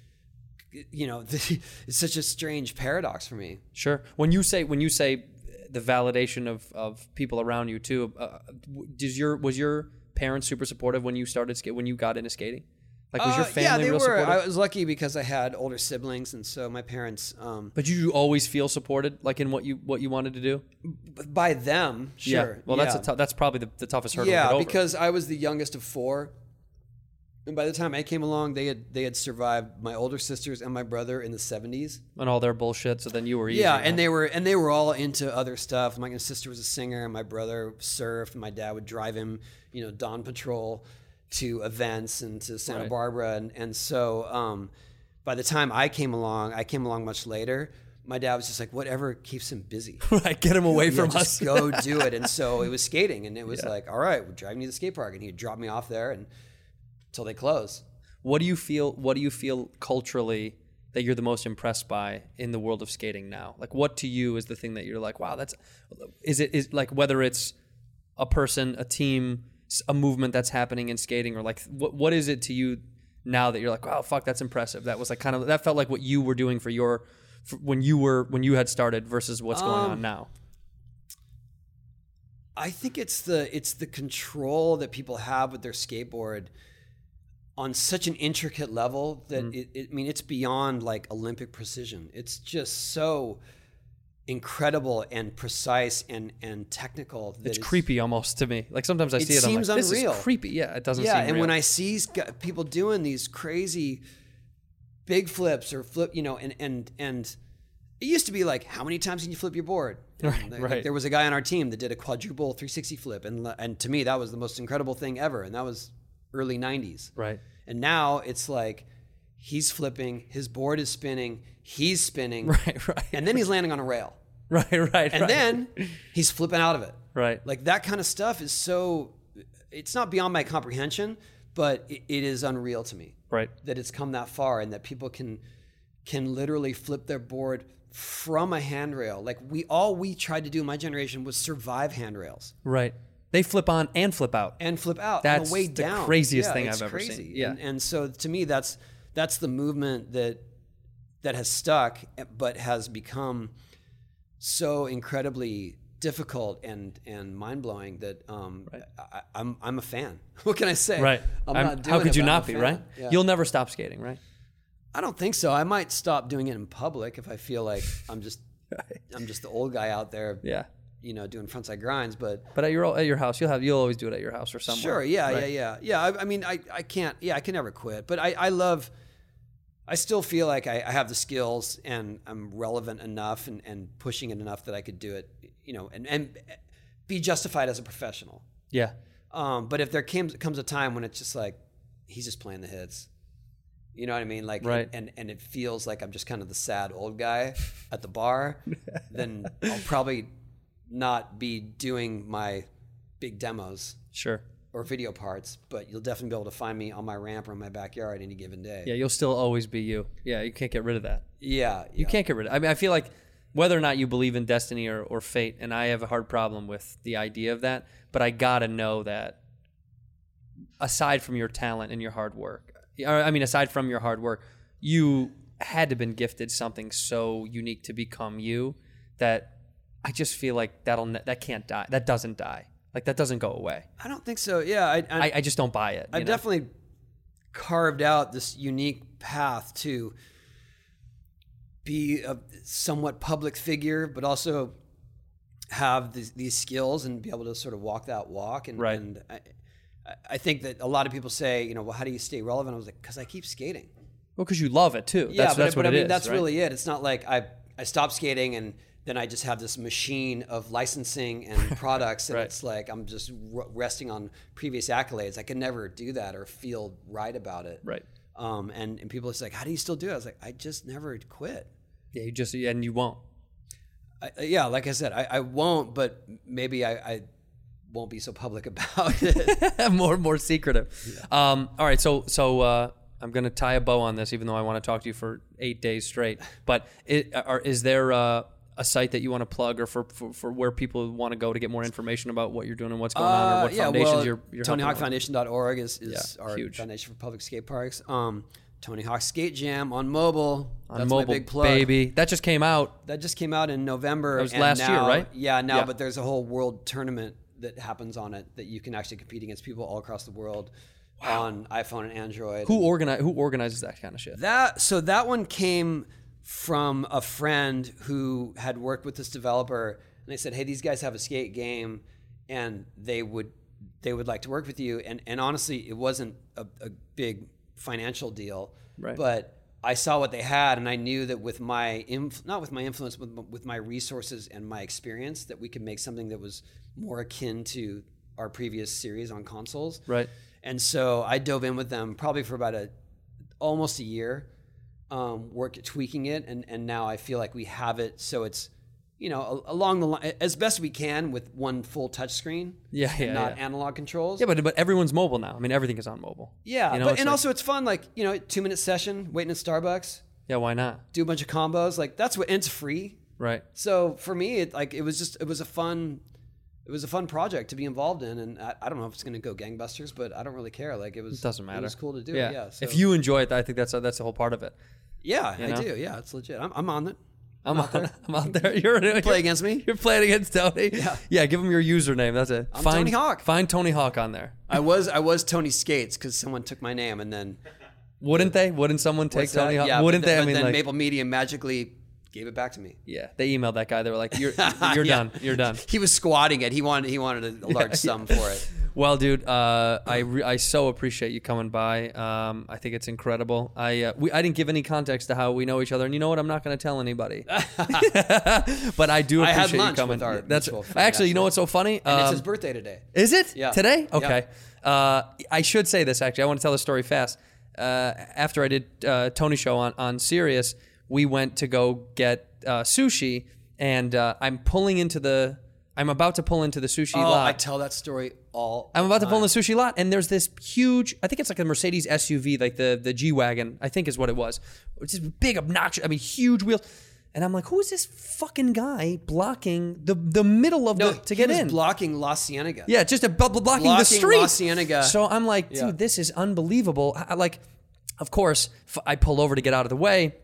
A: you know, it's such a strange paradox for me.
B: Sure. When you say when you say the validation of of people around you too, uh, w- does your was your parents super supportive when you started ska- when you got into skating? Like was your
A: Uh,
B: family
A: yeah, they
B: real
A: were.
B: supportive?
A: I was lucky because I had older siblings, and so my parents, um,
B: But did you always feel supported, like in what you what you wanted to do?
A: by them, sure.
B: Yeah. Well, that's
A: yeah.
B: a tou- that's probably the, the toughest hurdle. to
A: Yeah,
B: get over.
A: because I was the youngest of four, and by the time I came along, they had they had survived my older sisters and my brother in the seventies.
B: and all their bullshit. So then you were easy.
A: Yeah, and they were and they were all into other stuff. My sister was a singer, and my brother surfed. and My dad would drive him, you know, Dawn Patrol to events and to Santa
B: Right.
A: Barbara, and and so um, by the time I came along, I came along much later. my dad was just like, whatever keeps him busy.
B: right, get him away from
A: Yeah,
B: us.
A: just go do it. And so it was skating, and it was like, all right, we're driving you to the skate park, and he'd drop me off there, and till they close.
B: What do you feel? What do you feel culturally that you're the most impressed by in the world of skating now? Like, what to you is the thing that you're like, wow, that's is it is like whether it's a person, a team, s- a movement that's happening in skating, or like what what is it to you now that you're like, wow, fuck, that's impressive. That was like kind of that felt like what you were doing for your for when you were when you had started versus what's going
A: Um,
B: on now.
A: I think it's the it's the control that people have with their skateboard on such an intricate level that
B: Mm-hmm.
A: it, it, I mean it's beyond like Olympic precision. It's just so incredible and precise and and technical. That
B: It's creepy almost to me. Like sometimes I
A: It
B: see it,
A: seems
B: I'm like, this
A: unreal.
B: is creepy. Yeah, it doesn't.
A: Yeah,
B: seem
A: and
B: real.
A: when I see sc- people doing these crazy big flips or flip, you know, and and and it used to be like, how many times can you flip your board? And
B: Right,
A: like,
B: right.
A: There was a guy on our team that did a quadruple 360 flip, and le- and to me that was the most incredible thing ever, and that was early 90s.
B: right.
A: And now it's like he's flipping, his board is spinning, he's spinning,
B: Right, right.
A: and then he's landing on a rail,
B: Right, right,
A: and
B: right.
A: then he's flipping out of it
B: right,
A: like that kind of stuff is so it's not beyond my comprehension but it, it is unreal to me
B: right,
A: that it's come that far and that people can can literally flip their board from a handrail like we all we tried to do in my generation was survive handrails
B: right. They flip on and flip out.
A: and flip out on
B: That's
A: the way
B: the
A: down
B: craziest
A: Yeah,
B: thing
A: it's
B: I've ever
A: crazy.
B: seen. Yeah.
A: and, and so to me that's that's the movement that that has stuck but has become so incredibly difficult and and mind blowing that um, I, I- I'm I'm a fan. What can I say?
B: right.
A: I'm,
B: I'm-
A: not doing
B: how
A: it,
B: could you
A: but I'm
B: not
A: a
B: be,
A: fan.
B: right?
A: Yeah.
B: You'll never stop skating, right?
A: I don't think so. I might stop doing it in public if I feel like I'm just I'm just the old guy out there,
B: Yeah.
A: you know, doing frontside grinds. But
B: But at your at your house, you'll have you'll always do it at your house or somewhere.
A: Sure. Yeah.
B: right?
A: Yeah. Yeah. Yeah. I, I mean, I, I can't. Yeah, I can never quit. But I, I love. I still feel like I, I have the skills and I'm relevant enough and, and pushing it enough that I could do it. You know, and and be justified as a professional.
B: yeah.
A: Um, but if there comes comes a time when it's just like he's just playing the hits. You know what I mean? Like,
B: Right.
A: and, and it feels like I'm just kind of the sad old guy at the bar, then I'll probably not be doing my big demos
B: Sure.
A: or video parts, but you'll definitely be able to find me on my ramp or in my backyard any given day.
B: Yeah, you'll still always be you. Yeah, you can't get rid of that.
A: yeah,
B: You can't get rid of. I mean, I feel like whether or not you believe in destiny or, or fate, and I have a hard problem with the idea of that. But I gotta know that aside from your talent and your hard work, or, I mean, aside from your hard work, you had to been gifted something so unique to become you that I just feel like that'll ne- that can't die. That doesn't die. Like that doesn't go away.
A: I don't think so. Yeah, I, I,
B: I, I just don't buy it. you
A: I've
B: know?
A: definitely carved out this unique path to be a somewhat public figure, but also have these, these skills and be able to sort of walk that walk. And,
B: Right.
A: and I, I- I think that a lot of people say, you know, well, how do you stay relevant? I was like, because I keep skating.
B: well because you love it too.
A: Yeah,
B: that's,
A: but,
B: that's
A: but
B: what
A: I
B: it
A: mean,
B: is,
A: that's
B: right?
A: really it. It's not like I I stopped skating and then I just have this machine of licensing and products, and
B: Right.
A: it's like I'm just r- resting on previous accolades. I could never do that or feel right about it.
B: right.
A: Um, and and people are just like, how do you still do it? I was like, I just never quit.
B: Yeah, you just and you won't.
A: I, yeah, like I said, I, I won't, but maybe I. I won't be so public about it.
B: more more secretive. Um, all right, so so uh, I'm gonna tie a bow on this, even though I want to talk to you for eight days straight. But it, are, is there uh, a site that you want to plug, or for, for, for where people want to go to get more information about what you're doing and what's going on, or
A: Uh,
B: what
A: yeah,
B: foundations
A: well,
B: you're, you're helping with?
A: TonyHawkFoundation.org is, is
B: Yeah,
A: our
B: huge.
A: foundation for public skate parks. Um, Tony Hawk Skate Jam on mobile.
B: on
A: That's
B: mobile,
A: my big plug.
B: baby. That just came out.
A: That just came out in November.
B: That was
A: and
B: last year,
A: now-
B: right?
A: Yeah, now,
B: Yeah.
A: but there's a whole world tournament that happens on it that you can actually compete against people all across the world on iPhone and Android.
B: Who organize Who organizes that kind of shit?
A: That so that one came from a friend who had worked with this developer, and they said, "Hey, these guys have a skate game, and they would they would like to work with you." And and honestly, it wasn't a, a big financial deal,
B: Right.
A: but I saw what they had, and I knew that with my inf- not with my influence, but with my resources and my experience, that we could make something that was more akin to our previous series on consoles.
B: Right.
A: And so I dove in with them probably for about a almost a year. um, work at tweaking it, and and now I feel like we have it. So it's you know a- along the line as best we can with one full touch screen.
B: Yeah,
A: and
B: yeah,
A: not
B: yeah.
A: analog controls.
B: Yeah, but but everyone's mobile now. I mean, everything is on mobile.
A: yeah,
B: You know,
A: but,
B: it's
A: and
B: like-
A: also it's fun. Like you know, two minute session waiting at Starbucks,
B: yeah, why not?
A: do a bunch of combos. Like that's what and it's free.
B: Right.
A: So for me, it like it was just it was a fun, it was a fun project to be involved in, and I, I don't know if it's gonna go gangbusters, but I don't really care. Like it was
B: Doesn't matter.
A: It was cool to do.
B: Yeah.
A: It, yeah. so-
B: If you enjoy it, I think that's that's the whole part of it.
A: yeah, I
B: know?
A: do. Yeah, it's legit. I'm, I'm on it.
B: I'm out there. I'm out there. You're
A: Play against me.
B: You're playing against Tony. Yeah. Yeah. Give him your username. That's it.
A: I'm
B: find,
A: Tony Hawk.
B: Find Tony Hawk on there.
A: I was I was Tony Skates because someone took my name, and then
B: Wouldn't they? Wouldn't someone take
A: What's that?
B: Tony Hawk?
A: Yeah, but
B: Wouldn't
A: then-
B: they? I
A: but
B: mean,
A: then
B: like,
A: Maple Media magically gave it back to me.
B: yeah. They emailed that guy. They were like, "You're you're
A: Yeah.
B: done. You're done."
A: He was squatting it. He wanted he wanted a large sum for it.
B: Well, dude, uh, I re- I so appreciate you coming by. Um, I think it's incredible. I uh, we I didn't give any context to how we know each other, and you know what? I'm not going to tell anybody. but I do appreciate
A: I had lunch
B: you coming.
A: with our
B: That's
A: mutual friend,
B: actually, you know
A: actually.
B: what's so funny?
A: And it's
B: Um,
A: his birthday today.
B: Is it?
A: Yeah.
B: Today?
A: Yeah.
B: Okay. Uh, I should say this actually. I want to tell the story fast. Uh, after I did uh, Tony show on on Sirius, we went to go get uh, sushi, and uh, I'm pulling into the. I'm about to pull into the sushi
A: Oh,
B: lot.
A: I tell that story all.
B: I'm about to pull in the sushi lot, and there's this huge. I think it's like a Mercedes SUV, like the the G wagon. I think is what it was. It's just big, obnoxious. I mean, huge wheels. And I'm like, who is this fucking guy blocking the the middle of
A: no,
B: the to get
A: he was
B: in?
A: blocking La Cienega.
B: yeah, just a bu- bu- blocking, the
A: Blocking
B: street.
A: La Cienega.
B: So I'm like, dude,
A: Yeah.
B: this is unbelievable. I, I like, of course, f- I pull over to get out of the way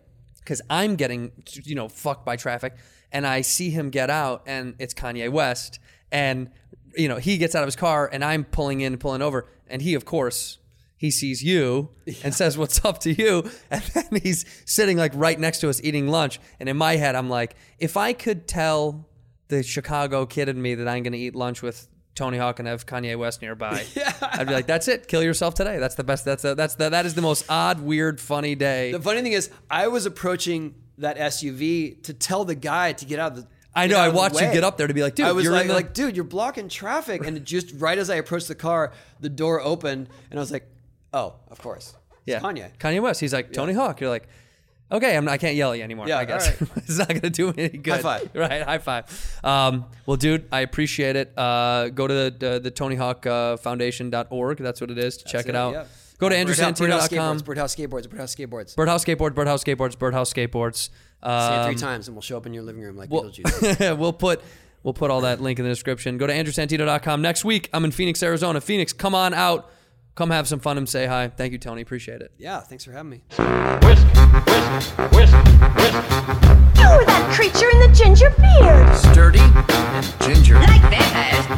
B: because I'm getting you know fucked by traffic, and I see him get out, and it's Kanye West, and you know he gets out of his car, and I'm pulling in, pulling over, and he of course. He sees you and says, "What's up to you?" And then he's sitting like right next to us eating lunch. And in my head, I'm like, "If I could tell the Chicago kid in me that I'm going to eat lunch with Tony Hawk and have Kanye West nearby. I'd be like, that's it. Kill yourself today. That's the best. That's the, that's the, that is the most odd, weird, funny day.
A: The funny thing is, I was approaching that SUV to tell the guy to get out of the.
B: I
A: get
B: know,
A: out
B: I
A: of the
B: watched you
A: way.
B: get up there to be like, dude,
A: I was
B: you're in
A: like,
B: the-
A: like, dude, you're blocking traffic, and just right as I approached the car, the door opened, and I was like, oh, of course, It's Kanye.
B: Kanye West. He's like Tony Hawk. You're like, okay, I'm. Not, I can't yell at you anymore.
A: Yeah,
B: I guess
A: all
B: it's not gonna do me any good.
A: High five.
B: Right. High five. Um, well, dude, I appreciate it. Uh, go to the the, the Tony Hawk uh, Foundation.org. That's what it is. To check it,
A: it,
B: out.
A: yeah. Uh,
B: Go to
A: Birdhouse, Birdhouse skateboards,
B: andrewsantino.com.
A: birdhouse skateboards, birdhouse skateboards.
B: Birdhouse skateboards. Birdhouse skateboards. Birdhouse skateboards.
A: Say it
B: Um,
A: three times, and we'll show up in your living room like
B: Well-
A: Beetlejuice.
B: we'll put we'll put all that link in the description. Go to andrewsantino.com. Next week, I'm in Phoenix, Arizona. Phoenix, come on out. Come have some fun and say hi. Thank you, Tony. Appreciate it.
A: yeah, thanks for having me.
C: whisk, whisk, whisk, whisk.
D: You were that creature in the ginger beard.
E: Sturdy and ginger.
F: Like vampires,
E: oh,